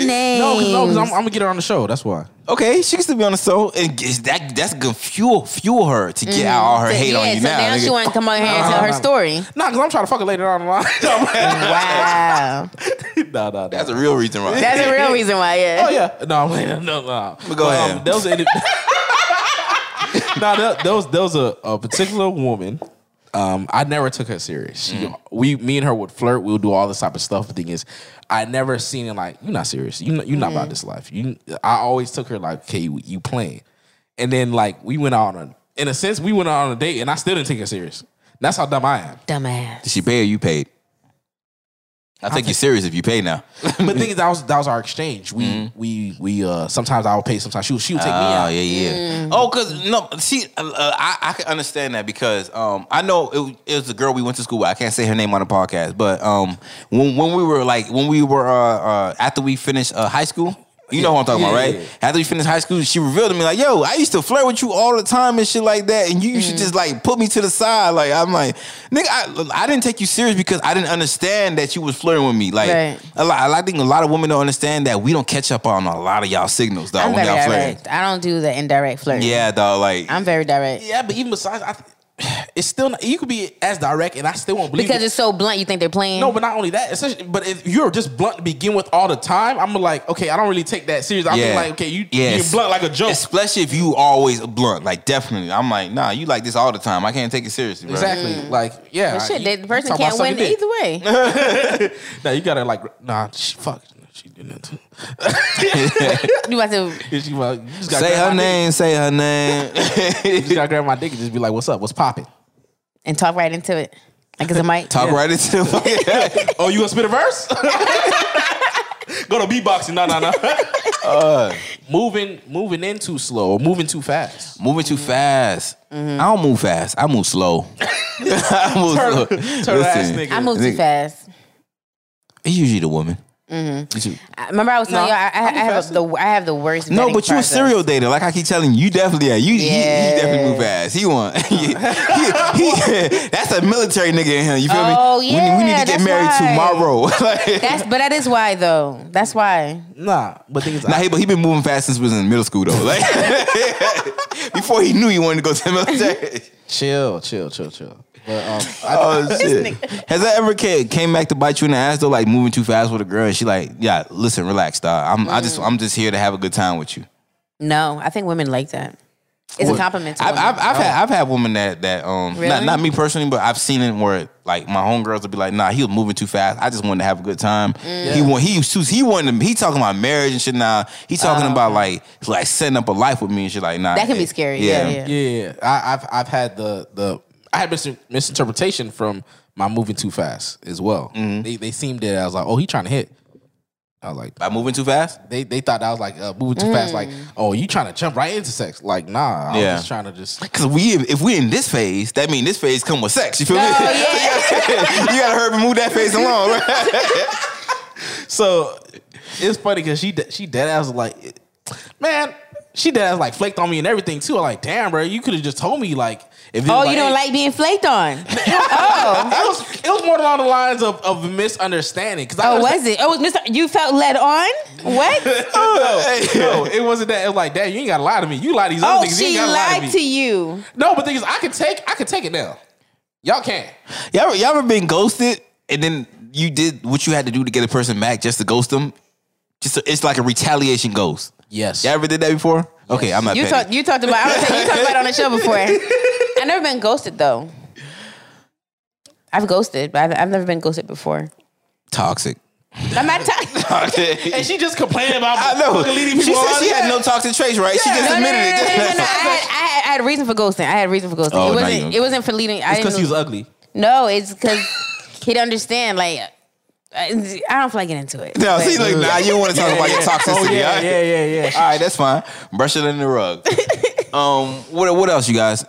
B: names.
D: No, cause, no, 'cause I'm, I'm gonna get her on the show. That's why.
A: Okay, she can still be on the show, and g- that that's gonna fuel fuel her to get out all her
B: Mm-hmm. So-
A: hate
B: yeah,
A: on you
B: so
A: now. nigga.
B: she want to come on here and tell her story.
D: Nah, cause I'm trying to fuck her later on in line.
B: Wow,
D: nah, nah, nah.
A: that's a real reason, right?
B: that's the real reason why. Yeah.
D: Oh yeah. No, I'm like, no, no. But um,
A: go ahead.
D: There was an no, there, there was there was a, a particular woman. Um, I never took her serious. She, We, me and her would flirt. We would do all this type of stuff. The thing is, I never seen it like you're not serious. You know, you're not about this life. You, I always took her like, okay, you, you playing. And then like we went out on, in a sense, we went out on a date, and I still didn't take her serious. That's how dumb I am.
B: Dumbass.
A: Did she pay or you paid? I think you're serious if you pay now.
D: But the thing is, that was that was our exchange. We we we uh sometimes I would pay, sometimes she would, she would take me out.
A: Oh yeah, yeah. Oh, cause no, see, uh, uh, I I can understand that because um I know it, was- it was a girl we went to school with. I can't say her name on the podcast, but um when when we were like when we were uh, uh after we finished uh, high school. You know what I'm talking about,
D: Yeah,
A: right?
D: yeah,
A: After we finished high school, she revealed to me like, "Yo, I used to flirt with you all the time and shit like that, and you used to just like put me to the side." Like I'm like, "Nigga, I, I didn't take you serious because I didn't understand that you was flirting with me." Like
B: Right.
A: a lot, I think a lot of women don't understand that we don't catch up on a lot of y'all signals though
B: I'm
A: when
B: very
A: y'all flirting.
B: direct. I don't do the indirect flirt.
A: Yeah, dog. Like,
B: I'm very direct.
D: Yeah, but even besides, I, it's still not, you could be as direct, and I still won't believe
B: because
D: it.
B: it's so blunt. You think they're playing?
D: No, but not only that. Essentially, but if you're just blunt to begin with all the time, I'm like, okay, I don't really take that serious. I'm
A: Yeah.
D: like, okay, you
A: Yes.
D: you're blunt like a joke.
A: Especially if you always blunt, like definitely. I'm like, nah, you like this all the time. I can't take it seriously, bro.
D: Exactly. Like, yeah.
B: But shit,
D: you-
B: Mm. that the person
D: talk about
B: can't win
D: sucking dick.
B: either way.
D: Nah, you gotta like, nah, she, fuck, she did that too.
B: you about to
D: She, well, you just gotta
A: Say
D: grab
A: her
D: my dick.
A: name. Say her name.
D: You just gotta grab my dick and just be like, what's up? What's popping?
B: and talk right into it. Like it's a mic.
A: Talk right into the mic.
D: oh, you gonna spit a verse? Go to beatboxing. No, no, no. Uh, Moving, moving in too slow or moving too fast.
A: Moving too fast.
B: Mm-hmm.
A: I don't move fast. I move slow. I move slow.
D: Turn ass
A: Listen,
D: nigga.
B: I move too
A: Nigga.
B: fast.
A: It's usually the woman.
B: Mm-hmm. I- Remember, I was telling
D: No,
B: you, I, I,
D: I move
B: I have
D: faster.
B: the I have the worst.
A: No,
B: vetting
A: but you a
B: process.
A: serial dater. Like I keep telling you, you definitely are. You, he- he, definitely move fast. He want. he- he- that's a military nigga in him. You feel me?
B: Oh,
A: We need- we, need
B: yeah,
A: to get
B: that's
A: married
B: right.
A: tomorrow. like,
B: That's, but that is why though. That's why.
D: Nah, but thing is,
A: nah,
D: I,
A: he, but he been moving fast since we was in middle school though. Like before he knew he wanted to go to the military.
D: chill, chill, chill, chill. But um, I,
A: Oh shit! Has that ever came, came back to bite you in the ass though? Like moving too fast with a girl, and she like, yeah, listen, relax, dog. I'm I
B: Mm.
A: just I'm just here to have a good time with you.
B: No, I think women like that. It's a compliment. To
A: I've,
B: women.
A: I've, I've had I've had women that that um not
B: Really?
A: not me personally, but I've seen it where like my homegirls would be like, nah, he was moving too fast. I just wanted to have a good time.
B: Mm.
A: He want he was too he wanted to, he talking about marriage and shit. Now he talking about like like setting up a life with me and shit. Like nah,
B: Oh. That can be
A: it-
B: scary. Yeah, yeah.
D: yeah, I, I've I've had the the I had mis- misinterpretation from my moving too fast as well. They they seemed it. I was like, oh, he trying to hit. I was like,
A: By moving too fast,
D: they they thought I was like uh, moving too fast. Like, oh, you trying to jump right into sex? Like, nah, I
A: Yeah.
D: was just trying to just
A: because we if we in this phase, that mean this phase come with sex. You feel me? you gotta hurry up and move that phase along. Right?
D: So it's funny because she de- she dead ass was like, man, she dead ass like flaked on me and everything too. I'm like, damn, bro, you could have just told me like, if it
B: Oh,
D: was
B: you don't
D: hey-
B: like being flaked on?
D: It was it was more along the lines of of misunderstanding because I
B: Oh,
D: understand-
B: was it? Oh, was Mister? You felt led on? What?
D: No, it wasn't that. It was like, damn, you ain't gotta lie to me. You lie to these
B: Oh,
D: other niggas. You ain't
B: she
D: gotta lie to me.
B: lied to you.
D: No, but the thing is, I can take I can take it now. Y'all can.
A: Y'all, ever- y'all ever been ghosted and then you did what you had to do to get a person back just to ghost them? Just so- it's like a retaliation ghost.
D: Yes.
A: You ever did that before? Okay, I'm not.
B: You
A: You
B: talked. You talked about. I was saying, you talked about it on the show before. I've never been ghosted though. I've ghosted, but I've, I've never been ghosted before.
A: toxic.
B: I'm not talking.
D: And
A: I
D: she just complained about
A: know.
D: fucking leading
A: She
D: people
A: said
D: on.
A: she had no toxic traits, right? She just
B: No, no, no, no, no, no, no, no. I
A: admitted it.
B: had, I had, I had reason for ghosting. I had reason for ghosting.
A: Oh,
B: it
A: now
B: wasn't.
A: you don't-
B: it wasn't for leading. I
D: because
B: didn't.
D: he was ugly.
B: no, it's because he didn't understand. Like, I, I don't feel like getting into it.
A: No,
B: But-
A: see, like, nah, you don't want to talk
B: Oh,
A: about your toxicity. all right?
D: Oh, yeah, yeah.
A: All right, that's fine. Brush it under the rug. um, what what else, you guys?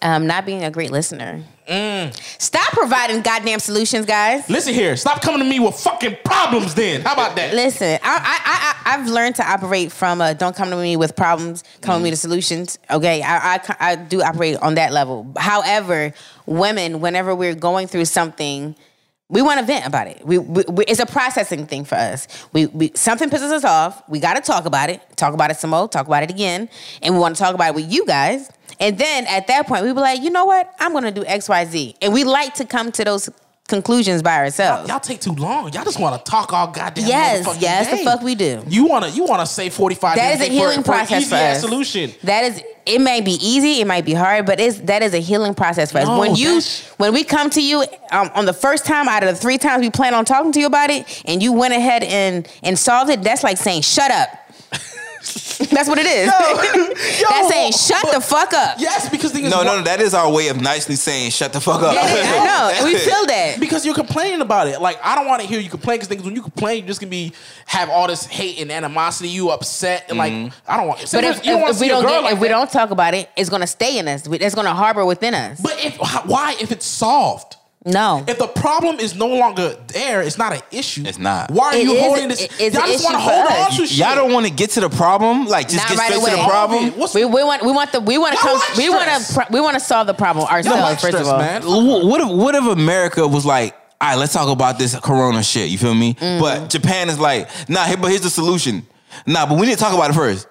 B: um, not being a great listener.
A: Mm.
B: Stop providing goddamn solutions, guys.
D: Listen here, stop coming to me with fucking problems. Then how about that?
B: Listen, I, I, I, I've learned to operate from a don't come to me with problems, come to me with solutions. Okay, I, I, I do operate on that level. However, women, whenever we're going through something, we want to vent about it. We, we, we it's a processing thing for us. We, we something pisses us off. We got to talk about it. Talk about it some more. Talk about it again, and we want to talk about it with you guys. And then at that point, we were like, you know what? I'm going to do X, Y, Z, and we like to come to those conclusions by ourselves.
D: Y'all take too long. Y'all just want to talk all goddamn.
B: Yes,
D: motherfucking
B: yes, the
D: day.
B: fuck we do.
D: You wanna you wanna say forty five.
B: That is a healing
D: for,
B: process
D: easy
B: for
D: ass
B: us.
D: solution.
B: That is it may be easy, it might be hard, but it's that is a healing process for us.
D: No,
B: when you
D: that's-
B: when we come to you um, on the first time out of the three times we plan on talking to you about it and you went ahead and and solved it, that's like saying shut up. that's what it is. that's saying shut the fuck up.
D: Yes, because thing is,
A: No,
D: what-
A: no, no, that is our way of nicely saying shut the fuck up.
B: Yeah, I know. and We feel that.
D: Because you're complaining about it. Like I don't want to hear you complain. Because things when you complain, you just gonna be have all this hate and animosity. You upset and like
A: Mm-hmm.
D: I don't want.
B: But if,
D: you
B: if-
D: wanna
B: if we
D: see a
B: don't
D: girl
B: get,
D: like
B: if we
D: that.
B: don't talk about it, it's gonna stay in us. It's gonna harbor within us.
D: but if why if it's solved.
B: no,
D: If the problem is no longer there, it's not an issue.
A: It's not.
D: Why are
B: It
D: you
B: is-
D: holding this?
B: it is
D: y'all
B: an
D: just want to
B: issue for
D: hold
B: us.
D: on to shit.
A: Y'all don't want to get to the problem, like just
B: Not
A: get
B: right
A: straight to
B: away.
A: the problem.
D: What's
B: we, we want we want the we want to
D: Y'all
B: come
D: like
B: we want
D: stress.
B: to pro, we want to solve the problem
D: Y'all
B: ourselves
D: like
B: first
D: stress,
B: of all.
D: man.
A: Wh- What if what if America was like, all right, let's talk about this corona shit, you feel me? But Japan is like, nah, here, but here's the solution. Nah, but we need to talk about it first.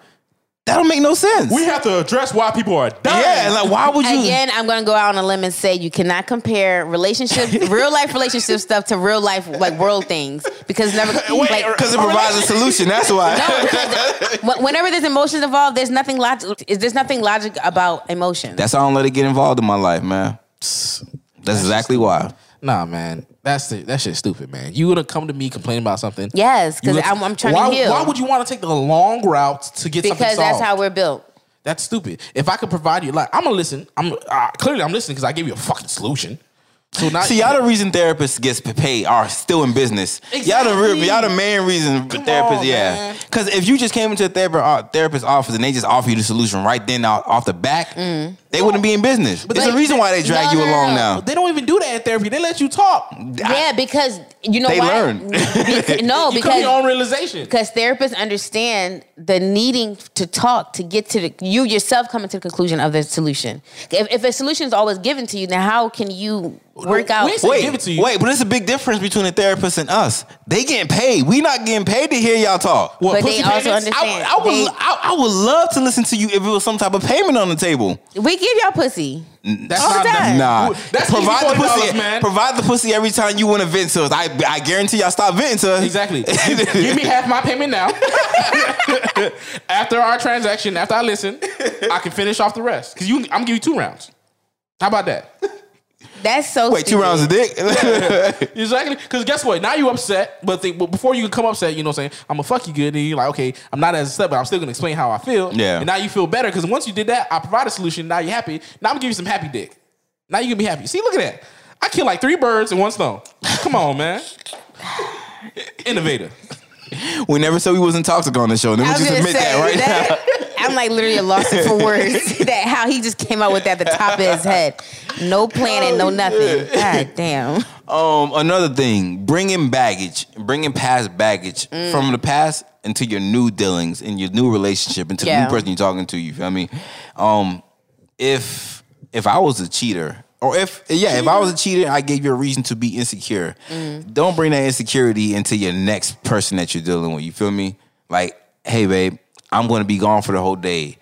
A: That don't make no sense.
D: We have to address why people are dying.
A: yeah, like why would you?
B: Again, I'm gonna go out on a limb and say you cannot compare relationship, real life relationship stuff to real life like world things because never like
A: Because it provides a solution. That's why.
B: no, because wh- whenever there's emotions involved, there's nothing logic. Is there's nothing logic about emotions?
A: That's why I don't let it get involved in my life, man. That's exactly why.
D: nah, man, that's the, that shit stupid, man. You would have come to me complaining about something.
B: yes,
D: You
B: because
D: look-
B: I'm, I'm trying
D: why,
B: to heal.
D: Why would you want to take the long route to get something
B: because
D: solved?
B: that's how we're built.
D: That's stupid. If I could provide you, like, I'm gonna listen. I'm uh, clearly I'm listening because I gave you a fucking solution. So now,
A: See, y'all the reason therapists gets paid are still in business. Y'all the real,
D: Exactly.
A: y'all the main reason for
D: Come
A: therapists,
D: on,
A: yeah.
D: man.
A: Because if you just came into a therapist, uh, therapist office and they just offer you the solution right then out, off the back, they wouldn't be in business. But There's
D: they-
A: a reason why they drag
B: No,
A: you
B: no, no,
A: along
B: no.
A: now.
D: they don't even do that in therapy. They let you talk. You
B: yeah, because you know
A: They
B: why?
A: learn.
B: Bec- no,
D: come to your
B: because
D: own realization.
B: because therapists understand the needing to talk to get to the, you yourself coming to the conclusion of the solution. If, if a solution is always given to you, then how can you work out?
D: wait a second.
A: Wait,
D: give it to you.
A: wait, but there's a big difference between a therapist and us. They getting paid. We not getting paid to hear y'all talk.
D: What,
B: But they
D: pussy
B: also
D: payments?
A: I,
B: understand.
A: I would,
B: They-
A: I, I would love to listen to you if it was some type of payment on the table.
B: We give y'all pussy.
D: That's
B: all
D: not
B: the time.
D: that's-
A: Nah,
D: That's
A: provide the
D: $40,
A: pussy. e-
D: man.
A: Provide the pussy every time you want to vent to us. I, I guarantee y'all stop venting to us.
D: Exactly. Give me half my payment now. after our transaction, after I listen, I can finish off the rest. Cause you, I'm gonna give you two rounds. How about that?
B: That's so.
A: Wait, two
B: stupid.
A: rounds of dick.
D: Exactly. Cause guess what? Now you upset, but, think, but before you can come upset, you know what I'm saying? I'm gonna fuck you good. And you're like, okay, I'm not as upset, but I'm still gonna explain how I feel.
A: Yeah.
D: And now you feel better. Cause once you did that, I provide a solution. Now you're happy. Now I'm gonna give you some happy dick. Now you can be happy. See, look at that. I kill like three birds in one stone. Come on, man. Innovator.
A: we never said we wasn't toxic on the show. Let me
B: I was
A: just
B: gonna
A: admit
B: say
A: that right now.
B: that- I'm like literally at loss for words that how he just came out with that at the top of his head. No planning,
A: Oh,
B: no nothing. God damn.
A: Um, another thing, bringing baggage, bringing past baggage
B: Mm.
A: from the past into your new dealings in your new relationship into the
B: Yeah.
A: new person you're talking to. You feel me? Um, if if I was a cheater, or if yeah, if I was a cheater, I gave you a reason to be insecure.
B: Mm.
A: Don't bring that insecurity into your next person that you're dealing with. You feel me? Like, hey, babe, I'm going to be gone for the whole day.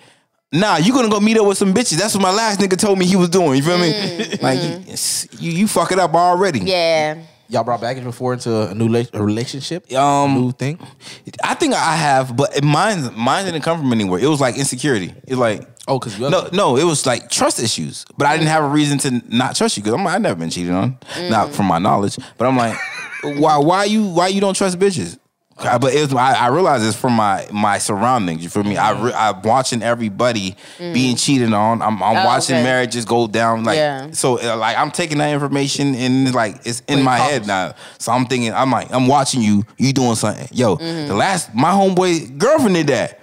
A: Nah, you gonna go meet up with some bitches. That's what my last nigga told me he was doing. You feel me? Like you, you, you fuck it up already.
B: Mm. Yeah.
D: Y'all brought baggage before into a new la- a relationship,
A: Um,
D: new thing.
A: I think I have, but it- mine mine didn't come from anywhere. It was like insecurity. It's like
D: Oh, 'cause you
A: no, no, it was like trust issues. But I didn't have a reason to not trust you because I'm I've never been cheated on,
B: Mm.
A: not from my knowledge. But I'm like, why why you why you don't trust bitches? Uh, But it's I, I realize it's from my my surroundings. You feel me?
B: Mm.
A: I re, I'm watching everybody being cheated on. I'm, I'm
B: Oh,
A: watching
B: okay.
A: marriages go down. Like
B: Yeah.
A: so, uh, like I'm taking that information and like it's in
D: Wait,
A: my
D: pause.
A: head now. So I'm thinking, I'm like, I'm watching you. You doing something? Yo,
B: Mm-hmm.
A: the last my homeboy girlfriend did that.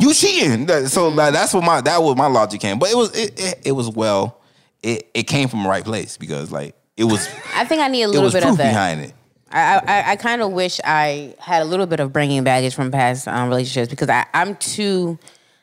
A: You cheating? That- So
B: Mm-hmm.
A: like, that's what my that was my logic came. But it was it it, it was well, it it came from the right place because like it was
B: I think I need a
A: it
B: little
A: was
B: bit
A: proof
B: of that.
A: behind it.
B: I, I, I kind of wish I had a little bit of bringing baggage from past um, relationships because I, I'm too,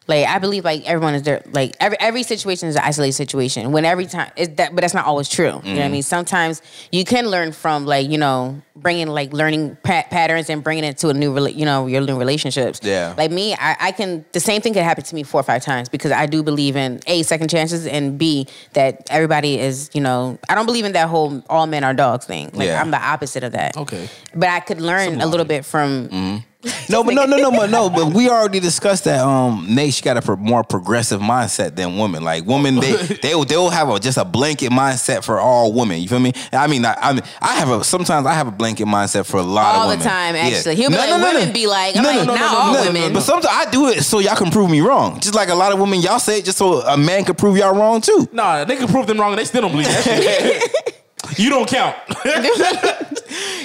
B: like, I believe like everyone is there, like every every situation is an isolated situation. When every time is that, but that's not always true. You
A: Mm.
B: know what I mean? Sometimes you can learn from like you know bringing like learning pa- patterns and bringing it to a new, rela- you know, your new relationships.
A: Yeah.
B: Like me, I, I can the same thing could happen to me four or five times because I do believe in a second chances and b that everybody is you know I don't believe in that whole all men are dogs thing. Like
A: Yeah.
B: I'm the opposite of that.
D: Okay. Mm-hmm.
B: But I could learn a little bit from.
A: No, but no, no, no, but no, but we already discussed that. Um, Nate, she got a pro- more progressive mindset than women. Like women, they they will- they will have a, just a blanket mindset for all women. You feel me? And I mean, I, I mean, I have a sometimes I have a blanket mindset for a lot
B: All
A: of
B: the
A: women.
B: time, actually. He'll be like, women be like- I'm like, not all women.
A: But sometimes I do it so y'all can prove me wrong. Just like a lot of women, y'all say it just so a man could prove y'all wrong too.
D: Nah, they can prove them wrong and they still don't believe that shit. you don't count.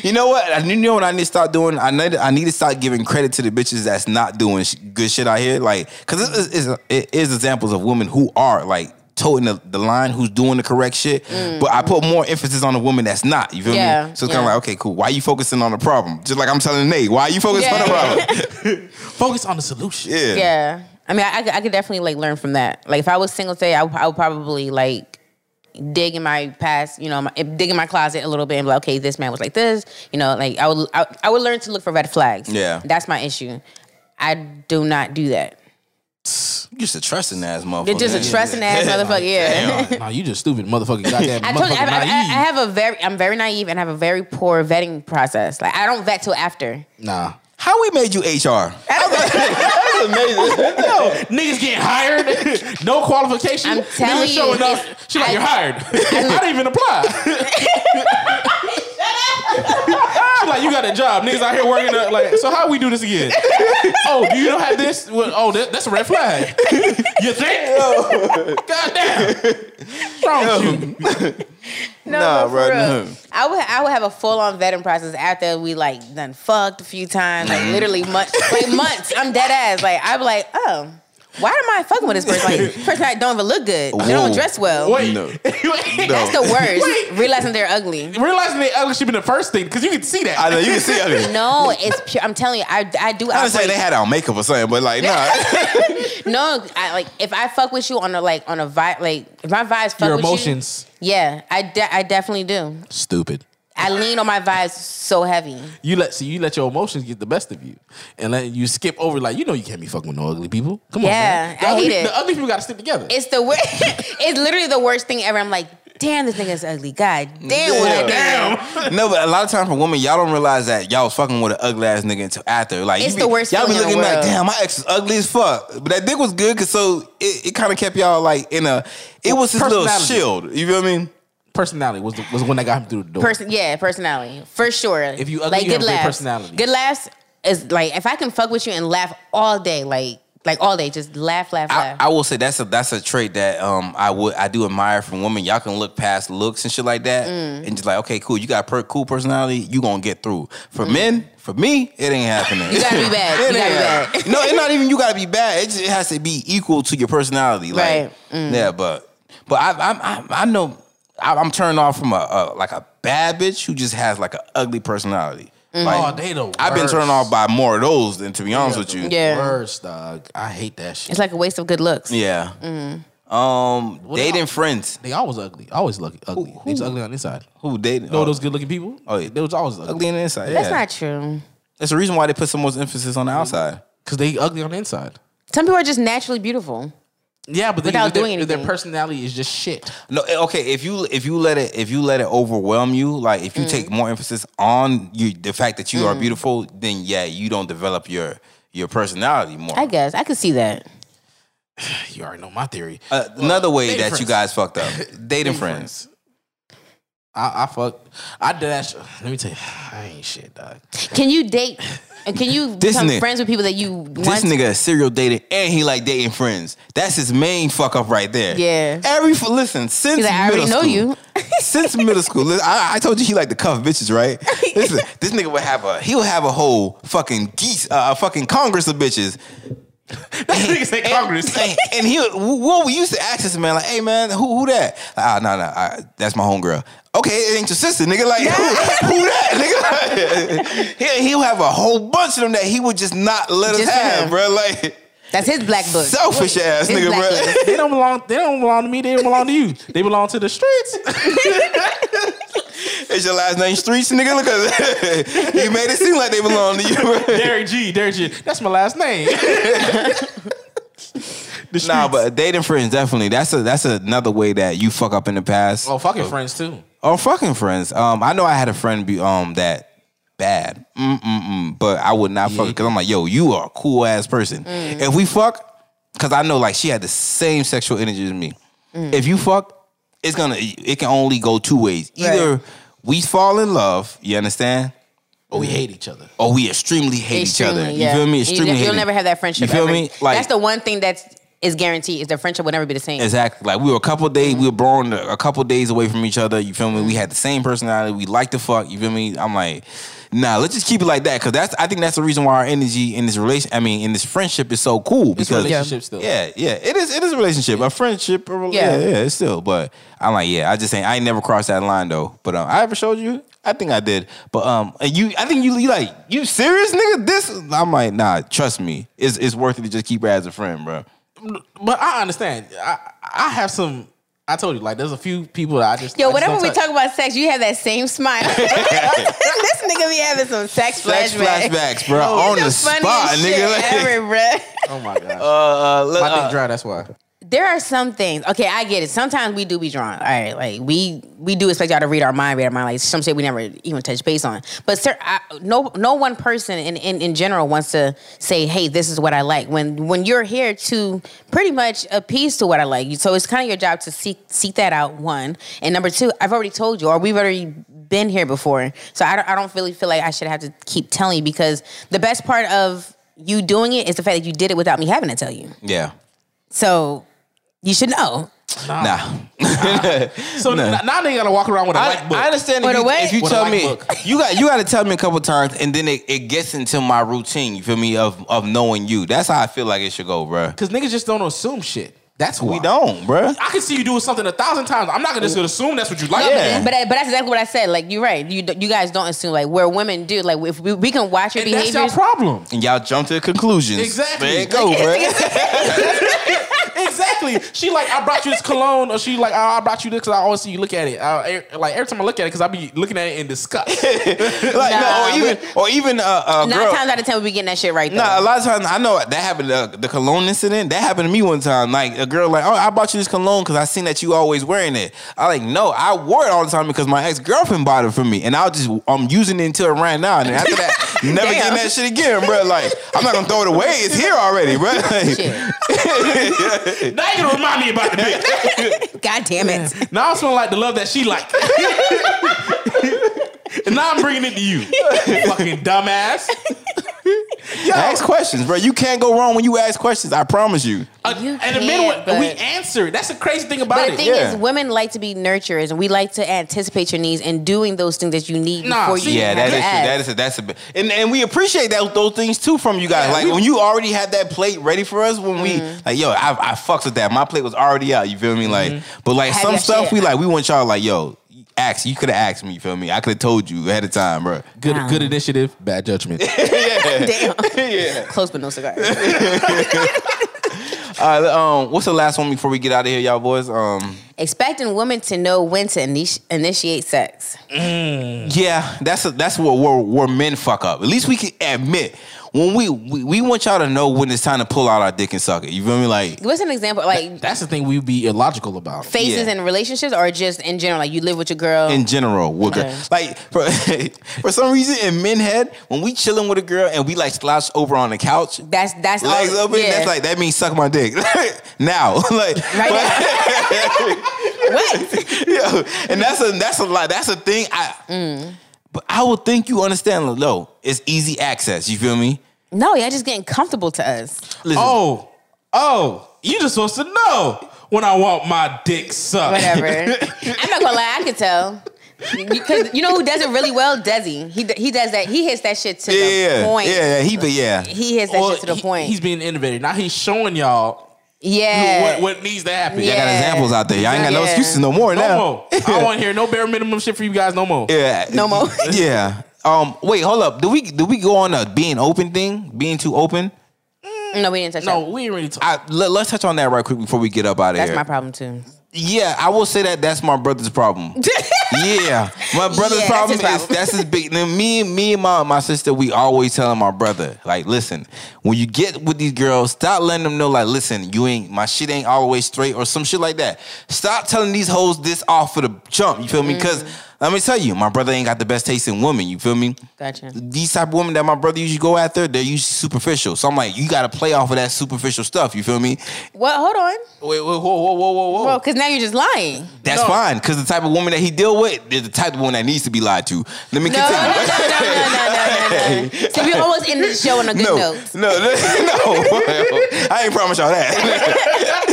A: You know what? I you know what I need to start doing. I need I need to start giving credit to the bitches that's not doing sh- good shit out here. Like, cause it is, it's- it is examples of women who are like toting the, the line, who's doing the correct shit. But I put more emphasis on the woman that's not. You feel
B: Mm. Yeah,
A: me? So it's kind of
B: yeah.
A: like, okay, cool. Why you focusing on the problem? Just like I'm telling Nate, why you focusing on the
B: Yeah.
A: problem?
D: Focus on the solution.
A: Yeah.
B: Yeah. I mean, I, I could- I could definitely like learn from that. Like, if I was single today, I, would- I would probably like dig in my past, you know, my, dig in my closet a little bit and be like, okay, this man was like this, you know, like I would I, I would learn to look for red flags.
A: Yeah.
B: That's my issue. I do not do that.
A: You just a trusting ass motherfucker.
B: You're just a trusting ass motherfucker. Yeah.
D: Damn, nah, you just stupid motherfucking goddamn
B: I told
D: motherfucking
B: you, I, I, I
D: naive.
B: I have a very, I'm very naive and have a very poor vetting process. Like I don't vet till after.
D: nah.
A: How we made you HR? That's amazing.
D: Yo, niggas getting hired, no qualification.
B: I'm telling
D: niggas showing
B: you,
D: up.
B: it's-
D: She like,
B: I-
D: you're hired. I didn't even apply. She like, you got a job. Niggas out here working. Up, like, so how we do this again? oh, do you don't have this? Well, oh, that, that's a red flag. you think? God damn. What's wrong with you?
B: No,
A: Nah,
B: but for
A: bro,
B: real,
A: no.
B: I would I would have a full on vetting process after we like done fucked a few times, like literally months, like months. I'm dead ass. Like I'd be like, oh, why am I fucking with this person? Like person that don't even look good, they
A: Whoa.
B: don't dress well.
D: Wait.
A: No.
B: That's the worst. Realizing they're ugly.
D: Realizing they ugly should be the first thing because you can see that.
A: I know you can see. I mean,
B: No, it's pure. I'm telling you, I I do.
A: I was saying
B: operate-
A: they had on makeup or something, but like, nah.
B: No, I, like if I fuck with you on a like on a vibe, like if my vibes fuck
D: Your
B: with you-
D: emotions.
B: yeah, I de- I definitely do.
D: Stupid.
B: I lean on my vibes so heavy.
D: You let see you let your emotions get the best of you, and let you skip over like you know you can't be fucking with no ugly people. Come on,
B: Yeah,
D: man. The
B: I
D: ugly,
B: hate it.
D: The ugly people got to stick together.
B: It's the worst. it's literally the worst thing ever. I'm like, damn, this nigga's ugly. God damn, what I
A: Yeah.
B: did.
A: no, but a lot of times for women, y'all don't realize that y'all was fucking with an ugly ass nigga until after. Like,
B: It's
A: you be,
B: the worst
A: Y'all be
B: feeling in
A: looking
B: the
A: like,
B: world.
A: damn, my ex is ugly as fuck, but that dick was good because so it, it kind of kept y'all like in a. It was his little
D: Personality.
A: shield. You feel what I mean?
D: personality was the, was the one that got him through the door.
B: Person, yeah, personality for sure.
D: If you ugly, you have a great personality.
B: Good laughs is like if I can fuck with you and laugh all day, like like all day, just laugh, laugh,
A: I,
B: laugh.
A: I will say that's a that's a trait that um I would I do admire from women. Y'all can look past looks and shit like that,
B: Mm.
A: and just like okay, cool. You got a per- cool personality. You gonna get through. For men, for me, it ain't happening.
B: Mm. You gotta be bad.
A: It
B: You gotta be
A: ain't
B: bad.
A: happening. No, it's not even. You gotta be bad. It, just, it has to be equal to your personality. Like,
B: Right. Mm.
A: Yeah, but but I I I, I know I, I'm turned off from a, a like a bad bitch who just has like an ugly personality. Like,
D: Oh, they the
A: I've been
D: worst.
A: turned off by more of those than to be honest with you.
B: Mm-hmm. Yeah.
D: Worst dog. I hate that shit.
B: It's like a waste of good looks.
A: Yeah.
B: Mm.
A: Um, dating
D: about-
A: friends.
D: they always ugly. Always look ugly. They was ugly on the inside.
A: Who dating?
D: No,
A: oh,
D: those good looking people.
A: Oh, yeah.
D: They was always ugly
A: ugly on the inside.
B: That's
A: yeah.
B: not Mm-hmm. true.
A: That's the reason why they put so much emphasis on the outside.
D: because they ugly on the inside.
B: Some people are just naturally beautiful.
D: Yeah, but they,
B: Without
D: their,
B: doing
D: their
B: anything.
D: personality is just shit.
A: No, eh, okay. If you if you let it if you let it overwhelm you, like if you
B: Mm-hmm.
A: take more emphasis on you the fact that you are beautiful, then yeah, you don't develop your your personality more.
B: I guess I could see that.
D: You already know my theory.
A: Uh, another way
D: dating
A: that you
D: friends.
A: guys fucked up dating friends.
D: I, I fuck. I did that. Sh- Let me tell you, I ain't shit, dog.
B: Can you date? and Can you
A: This
B: become
A: nigga-
B: friends with people that you want?
A: This nigga is serial dating and he like dating friends. That's his main fuck up right there.
B: Yeah.
A: Every listen since
B: He's like, I
A: middle
B: already know
A: school,
B: you.
A: since middle school, listen, I, I told you he like to cuff bitches, right? Listen, this nigga would have a he would have a whole fucking geese uh, a fucking congress of bitches.
D: Niggas say Congress.
A: And, and he, what we used to ask this man, like, "Hey man, who who that?" Like, ah, no, no, I, that's my homegirl. Okay, it ain't your sister, nigga. Like, who, who that, nigga? he he'll have a whole bunch of them that he would just not let us
B: Just
A: have,
B: him.
A: bro. Like,
B: That's his black book.
A: selfish ass,
B: His
A: nigga,
B: black
A: bro.
B: list.
D: they don't belong. They don't belong to me. They don't belong to you. They belong to the streets.
A: It's your last name Streets, nigga. Look at that. you made it seem like they belong to you. bro.
D: Derek G. Derek G. That's my last name. The
A: Nah,
D: streets.
A: but dating friends definitely. That's a that's another way that you fuck up in the past.
D: oh, fucking friends too.
A: Oh, fucking friends. Um, I know I had a friend be um that bad. Mm mm mm. But I would not fuck because I'm like, yo, you are a cool ass person.
D: Mm.
A: If we fuck, because I know like she had the same sexual energy as me.
D: Mm.
A: If you fuck, it's gonna it can only go two ways. Either we fall in love, you understand,
D: Oh, we hate each other.
A: or we extremely hate each other.
B: Extremely,
A: You
B: yeah.
A: feel me? Extremely.
B: You,
A: hate
B: will
A: it.
B: never have that friendship.
A: You feel
B: ever.
A: me? Like-
B: that's the one thing that's is guaranteed is the friendship will never be the same.
A: Exactly. Like we were a couple days, we were born a couple days away from each other. You feel me? We had the same personality. We like to fuck. You feel me? I'm like, nah. Let's just keep it like that because that's. I think that's the reason why our energy in this relation. I mean, in this friendship is so cool
D: It's
A: because
D: relationship still.
A: yeah, yeah. It is. It is a relationship, a friendship. A rel- yeah.
B: Yeah.
A: yeah, It's still. But I'm like, yeah. I just ain't. I ain't never crossed that line though. But um, I ever showed you. I think I did. But um, and you. I think you. You like you serious, nigga. This. I'm like, nah. Trust me. It's it's worth it to just keep her as a friend, bro.
D: But I understand. I I have some I told you, like, there's a few people that I just
B: Yo,
D: I just
B: whenever
D: don't
B: we
D: touch.
B: talk about sex, you have that same smile. this nigga be having some sex,
A: Sex
B: flashbacks.
A: flashbacks, bro.
B: It's
A: on the,
B: funniest
A: spot,
B: shit
A: nigga. Like,
B: ever, bruh.
D: oh my god,
A: uh, uh, look,
D: my
A: uh,
D: dick dry. That's why.
B: There are some things. Okay, I get it. Sometimes we do be drawn. All right, like we we do expect y'all to read our mind, read our mind. Like some shit we never even touch base on. But sir, I, no no one person in, in in general wants to say, hey, this is what I like. When when you're here to pretty much appease to what I like, so it's kind of your job to seek seek that out. One and number two, I've already told you, or we've already been here before. So I don't, I don't really feel like I should have to keep telling you because the best part of you doing it is the fact that you did it without me having to tell you.
A: yeah.
B: So you should know.
A: Nah.
D: So now, now they gotta walk around with a
A: I,
D: light book.
A: I understand if
B: With a
A: you,
B: what?
A: if you
D: With a
A: tell
D: white
A: me
D: book.
A: you got you got to tell me a couple times, and then it, it gets into my routine. You feel me? Of of knowing you. That's how I feel like it should go, bro.
D: Because niggas just don't assume shit. That's why
A: We don't, bro.
D: I can see you doing something a thousand times. I'm not gonna just gonna assume that's what you like.
A: Yeah.
B: But but that's exactly what I said. Like you're right. You you guys don't assume like where women do. Like if we, we can watch your
D: And that's
B: behavior.
D: your problem.
A: And y'all jump to conclusions.
D: Exactly.
A: There it go, bro.
D: exactly. She like I brought you this cologne, or she like I I brought you this because I always see you look at it. I, I- like every time I look at it, because I be looking at it in disgust.
A: like
B: Nah,
A: no, or even or even uh, uh
B: Nine
A: girl.
B: times out of ten, we be getting that shit right.
A: Nah, a
B: though.
A: lot of times I know that happened. Uh, the cologne incident that happened to me one time. Like a girl, like, oh, I bought you this cologne because I seen that you always wearing it. I like, no, I wore it all the time because my ex girlfriend bought it for me, and I'll just I'm using it until it ran out, and after that, never
B: Damn.
A: getting that shit again, bro. Like I'm not gonna throw it away. It's here already, bro. Like,
B: Shit.
D: now you gonna remind me about the bitch.
B: God damn it.
D: Now I'm smelling like the love that she like. and now I'm bringing it to you, fucking dumbass.
A: ask questions, bro. You can't go wrong when you ask questions. I promise you.
D: Uh,
B: You
D: and the
B: can't,
D: men
B: but-
D: we answer. That's the crazy thing about
B: But
D: it.
B: the thing
A: yeah.
B: is, women like to be nurturers, and we like to anticipate your needs and doing those things that you need
D: Nah,
B: before
D: see,
B: you
A: Yeah,
B: have
A: that is
B: to
A: true.
B: ask.
A: that is a, that's a bit, and and we appreciate that those things too from you guys.
D: Yeah,
A: like
D: we-
A: when you already had that plate ready for us, when we like, yo, I I fucks with that. My plate was already out. You feel me? Like, but like
B: Have
A: some
B: your
A: stuff
B: shit.
A: we like, we want y'all like, yo, ask. You could have asked me. You feel me? I could have told you ahead of time, bro.
D: Good,
B: Nah.
D: good initiative, bad judgment.
B: Damn. Close but no cigar.
A: All right, um, what's the last one before we get out of here, y'all boys? Um,
B: Expecting women to know when to initi- initiate sex.
A: yeah, that's a, that's what where where men fuck up. At least we can admit. When we, we we want y'all to know when it's time to pull out our dick and suck it. You feel me? Like
B: What's an example? Like
D: That's the thing we be illogical about.
B: phases
A: yeah.
B: in relationships, or just in general? Like you live with your girl.
A: in general with girl.
B: Oh. Okay.
A: Like for, for some reason in men head, when we chilling with a girl and we like slouch over on the couch,
B: that's that's all-
A: legs open,
B: Oh, yeah.
A: that's like that means suck my dick now. like
B: Right what?
A: yo, and that's a that's a lot. That's a thing. I
B: Mm.
A: but I would think you understand. No, it's easy access. You feel me?
B: No, y'all just getting comfortable to us.
A: Listen,
D: Oh, oh, you just supposed to know when I want my dick
A: Oh.
D: sucked.
B: Whatever. I'm not gonna lie, I could tell. Because you know who does it really well? Desi. He he does that. He hits that shit to
A: yeah,
B: the
A: yeah,
B: point.
A: yeah, yeah. He but yeah.
B: He hits that
D: Or
B: shit to the
D: he-
B: point.
D: He's being innovative. Now he's showing y'all
B: yeah.
D: what, what needs to happen.
A: Y'all got
B: Yeah.
A: examples out there. Y'all ain't got no
B: Yeah.
A: excuses no more
D: No
A: now.
D: more. I don't want to hear no bare minimum shit for you guys no more.
A: Yeah.
B: No more.
A: yeah. Um. Wait. Hold up. Do we do we go on a being open thing? Being too open?
B: no, we didn't touch
D: No,
B: that.
D: we ain't really talking.
A: I, let, us touch on that right quick before we get up out of
B: That's
A: here.
B: my problem too.
A: yeah, I will say that that's my brother's problem. yeah, my brother's
B: Yeah, that's
A: problem
B: his problem.
A: is that's his big. Now, me, me and my my sister, we always telling my brother like, listen, when you get with these girls, stop letting them know like, listen, you ain't my shit ain't always straight or some shit like that. Stop telling these hoes this off for the jump. You feel me? Because
B: Mm-hmm.
A: let me tell you, my brother ain't got the best taste in women. You feel me?
B: Gotcha.
A: these type of women that my brother usually go after, they're usually superficial. So I'm like, you got to play off of that superficial stuff. You feel me?
B: Well, hold on.
A: Wait, wait, whoa, whoa, whoa, whoa, whoa.
B: Well, cause now you're just lying.
A: That's fine, because the type of woman that he deal with is the type of woman that needs to be lied to. Let me
B: No, no, no, no, no,
A: continue.
B: no, no, no, no. So we always end this show on a good note.
A: no, no, I ain't promise y'all that.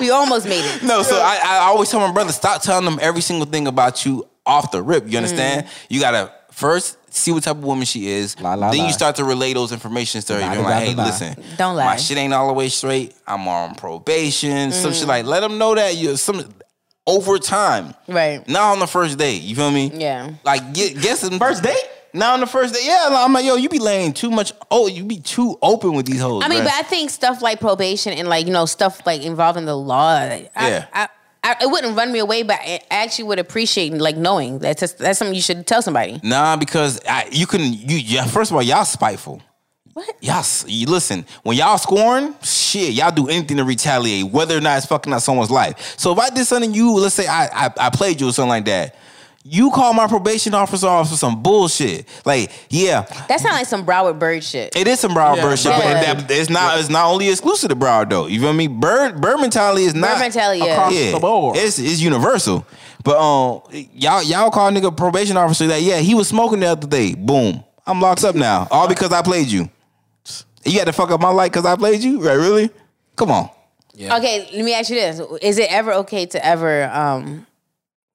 B: We almost made it.
A: no, so I, I always tell my brother, stop telling them every single thing about you off the rip. You understand?
B: Mm.
A: You gotta first see what type of woman she is.
D: Lie, lie,
A: then
D: lie.
A: you start to relay those informations to her.
D: Lie,
A: You're
D: lie,
A: like, hey,
D: lie.
A: listen,
B: Don't lie.
A: My shit ain't all the way straight. I'm on probation. Some
B: Mm.
A: shit like let them know that you're some over time.
B: Right.
A: Not on the first date. You feel me?
B: Yeah.
A: Like get, guess the first date. Now on the first date, yeah, like, I'm like, yo, you be laying too much. Oh, you be too open with these hoes.
B: I mean,
A: bruh.
B: but I think stuff like probation and like you know stuff like involving the law. Like, I,
A: Yeah.
B: I, I, it wouldn't run me away, but I actually would appreciate like knowing that's just, that's something you should tell somebody.
A: Nah, because I, you can. You yeah, first of all, y'all spiteful.
B: What?
A: Y'all, s- you listen. When y'all scoring, shit, y'all do anything to retaliate, whether or not it's fucking up someone's life. So if I did something, to you let's say I I, I played you or something like that. You call my probation officer off for some bullshit. Like, yeah,
B: That sounds like some Broward Bird shit.
A: it is some Broward
D: Yeah,
A: Bird shit,
B: Broward.
A: but that, it's not. It's not only exclusive to Broward though. You feel me? Bird Bird mentality is not
B: Bird mentality, yeah.
D: Across the board.
A: It's it's universal. But um, y'all y'all call nigga probation officer that yeah he was smoking the other day. Boom, I'm locked up now. All because I played you. You had to fuck up my life because I played you. Right? Really? Come on.
B: Okay, let me ask you this: Is it ever okay to ever um,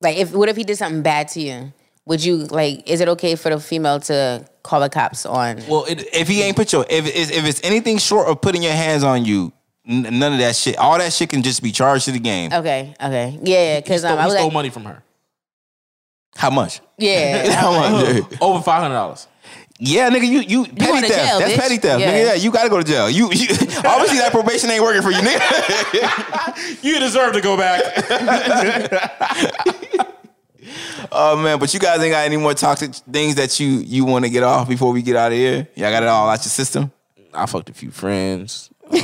B: like if what if he did something bad to you? Would you like? Is it okay for the female to call the cops on?
A: Well, it, if he ain't put your if it's, if it's anything short of putting your hands on you, n- none of that shit. All that shit can just be charged to the game.
B: Okay, okay, yeah, because um,
D: Stole,
B: I
D: he
B: was
D: stole
B: like,
D: money from her.
A: How much?
B: yeah,
A: How much?
D: Over five hundred dollars.
A: Yeah, nigga, you you petty
B: going to
A: theft.
B: jail,
A: That's
B: bitch.
A: petty theft,
B: Yeah.
A: nigga. Yeah, you gotta go to jail. You, you obviously that probation ain't working for you, nigga.
D: You deserve to go back.
A: oh man, but you guys ain't got any more toxic things that you you want to get off before we get out of here. Y'all got it all out your system.
D: I fucked a few friends. Um,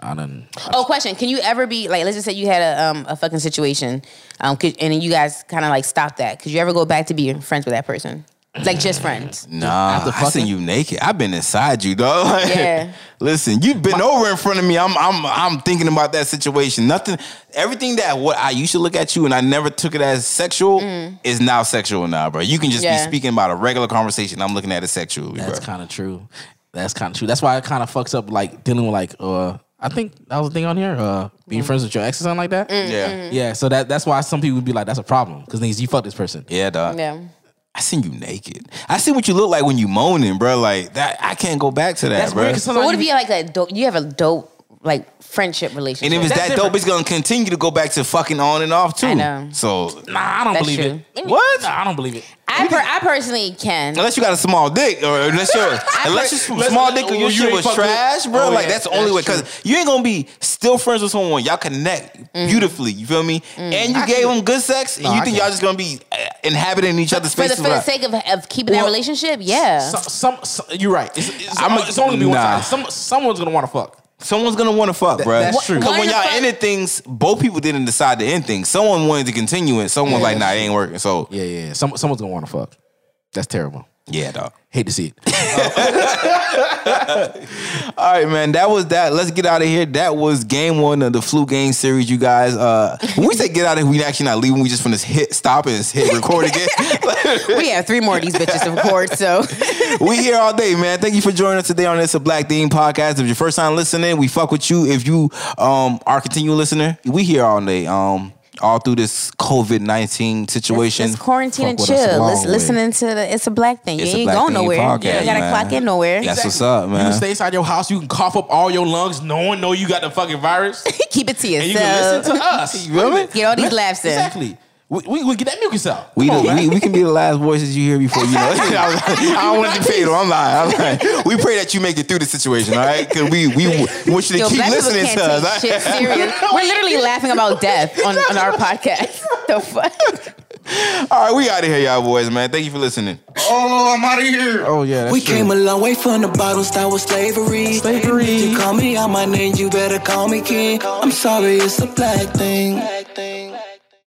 D: I done.
B: Oh, question: Can you ever be like? Let's just say you had a um, a fucking situation, um, could, and then you guys kind of like stopped that. Could you ever go back to being friends with that person? Like
A: Mm,
B: just friends?
A: Nah,
D: After
A: I seen
D: fucking?
A: you naked. I've been inside you, dog. Like,
B: Yeah.
A: Listen, you've been over in front of me. I'm I'm I'm thinking about that situation. Nothing everything that what I used to look at you and I never took it as sexual is now sexual now, bro. You can just
B: Mm. Yeah.
A: be speaking about a regular conversation. I'm looking at it sexually,
D: That's
A: bro.
D: kind of true. That's kind of true. That's why it kind of fucks up like dealing with like uh. I think that was the thing on here. Uh, being
B: Mm.
D: friends with your ex or something like that.
B: Mm-hmm.
A: yeah.
D: Yeah, so that that's why some people would be like, that's a problem because niggas, you fuck this person.
A: Yeah, dog.
B: Yeah.
A: I seen you naked. I see what you look like when you moaning, bro. Like that, I can't go back to that,
D: That's
A: bro.
D: weird. 'cause
B: But
D: sometimes
B: what if
D: you-
B: you have like a dope? You have a dope like friendship
A: and
B: relationship.
A: if it's
D: That's
A: that dope, it's gonna continue to go back to fucking on and off too.
B: I know.
A: So
D: Nah, I don't
B: That's
D: believe
B: true.
D: it.
A: What?
D: Nah, I don't believe it.
B: I per- I personally can.
A: unless you got a small dick, or unless you're unless you
D: Let's-
A: small dick, or your
D: you
A: shit
D: ain't
A: was
D: fuck with-
A: trash, bro.
D: Oh,
A: like
D: yeah,
A: that's the only way
D: that's
A: because you ain't gonna be still friends with someone. Y'all connect
B: Mm.
A: beautifully. You feel me? And you gave them good sex, and you
D: I
A: think y'all
D: can't.
A: just gonna be uh, inhabiting each other's
B: for the,
A: spaces?
B: for the
A: like-
B: sake of, of keeping that
D: Well,
B: relationship, yeah.
D: Some, some, some- you're right. It's, it's,
A: I'm a-
D: it's only gonna be one
A: nah.
D: side. Some, someone's gonna want to fuck.
A: Someone's gonna want to fuck, bro.
D: that's true.
A: Because when
B: Wanna
A: y'all
B: fuck-
A: ended things, both people didn't decide to end things. Someone wanted to continue it. Someone's like, nah, it ain't working. So
D: Yeah, yeah. yeah. Some, someone's gonna want to fuck. That's terrible.
A: yeah, dog.
D: Hate to see it.
A: All right, man. That was that. Let's get out of here. That was game one of the flu game series, you guys. Uh, when we say get out of here, we actually not leaving. We just finna hit stop and hit record again.
B: we have three more of these bitches to record, so
A: we here all day, man. Thank you for joining us today on this a Black Theme podcast. If you're first time listening, we fuck with you. If you um are a continual listener, we here all day. Um, all through this COVID nineteen situation.
B: just quarantine and
A: Fuck with us a
B: chill.
A: long
B: Let's
A: way.
B: listening to the it's a black thing.
A: It's a
B: you ain't
A: Black Thing
B: going nowhere. you
A: podcast,
B: ain't gotta
A: man.
B: clock in nowhere.
A: That's what's up,
D: You
A: man.
D: can stay inside your house. You can cough up all your lungs. No one know you got the fucking virus.
B: Keep it to yourself.
D: And you can listen to us.
A: You feel me?
B: Get all these laughs in.
D: Exactly. We, we, we get that mucus out.
A: We,
D: Come on,
A: the-
D: man.
A: we we can be the last voices you hear before you know. I, was like, I don't want to be fatal. I'm lying. I'm lying. We pray that you make it through the situation, all right? Because we we w- want you to
B: Yo,
A: keep
B: black people
A: listening
B: can't
A: to us.
B: take
A: all
B: shit
A: right?
B: serious. We're literally laughing about death on, on our podcast. The fuck?
A: All right, we out of here, y'all boys, man. Thank you for listening.
F: Oh, I'm out of here.
D: Oh yeah. that's
G: We
D: true.
G: came a long way from the bottle, start with slavery.
D: Slavery.
G: If you call me out my name, you better call me king. I'm sorry, it's a black thing.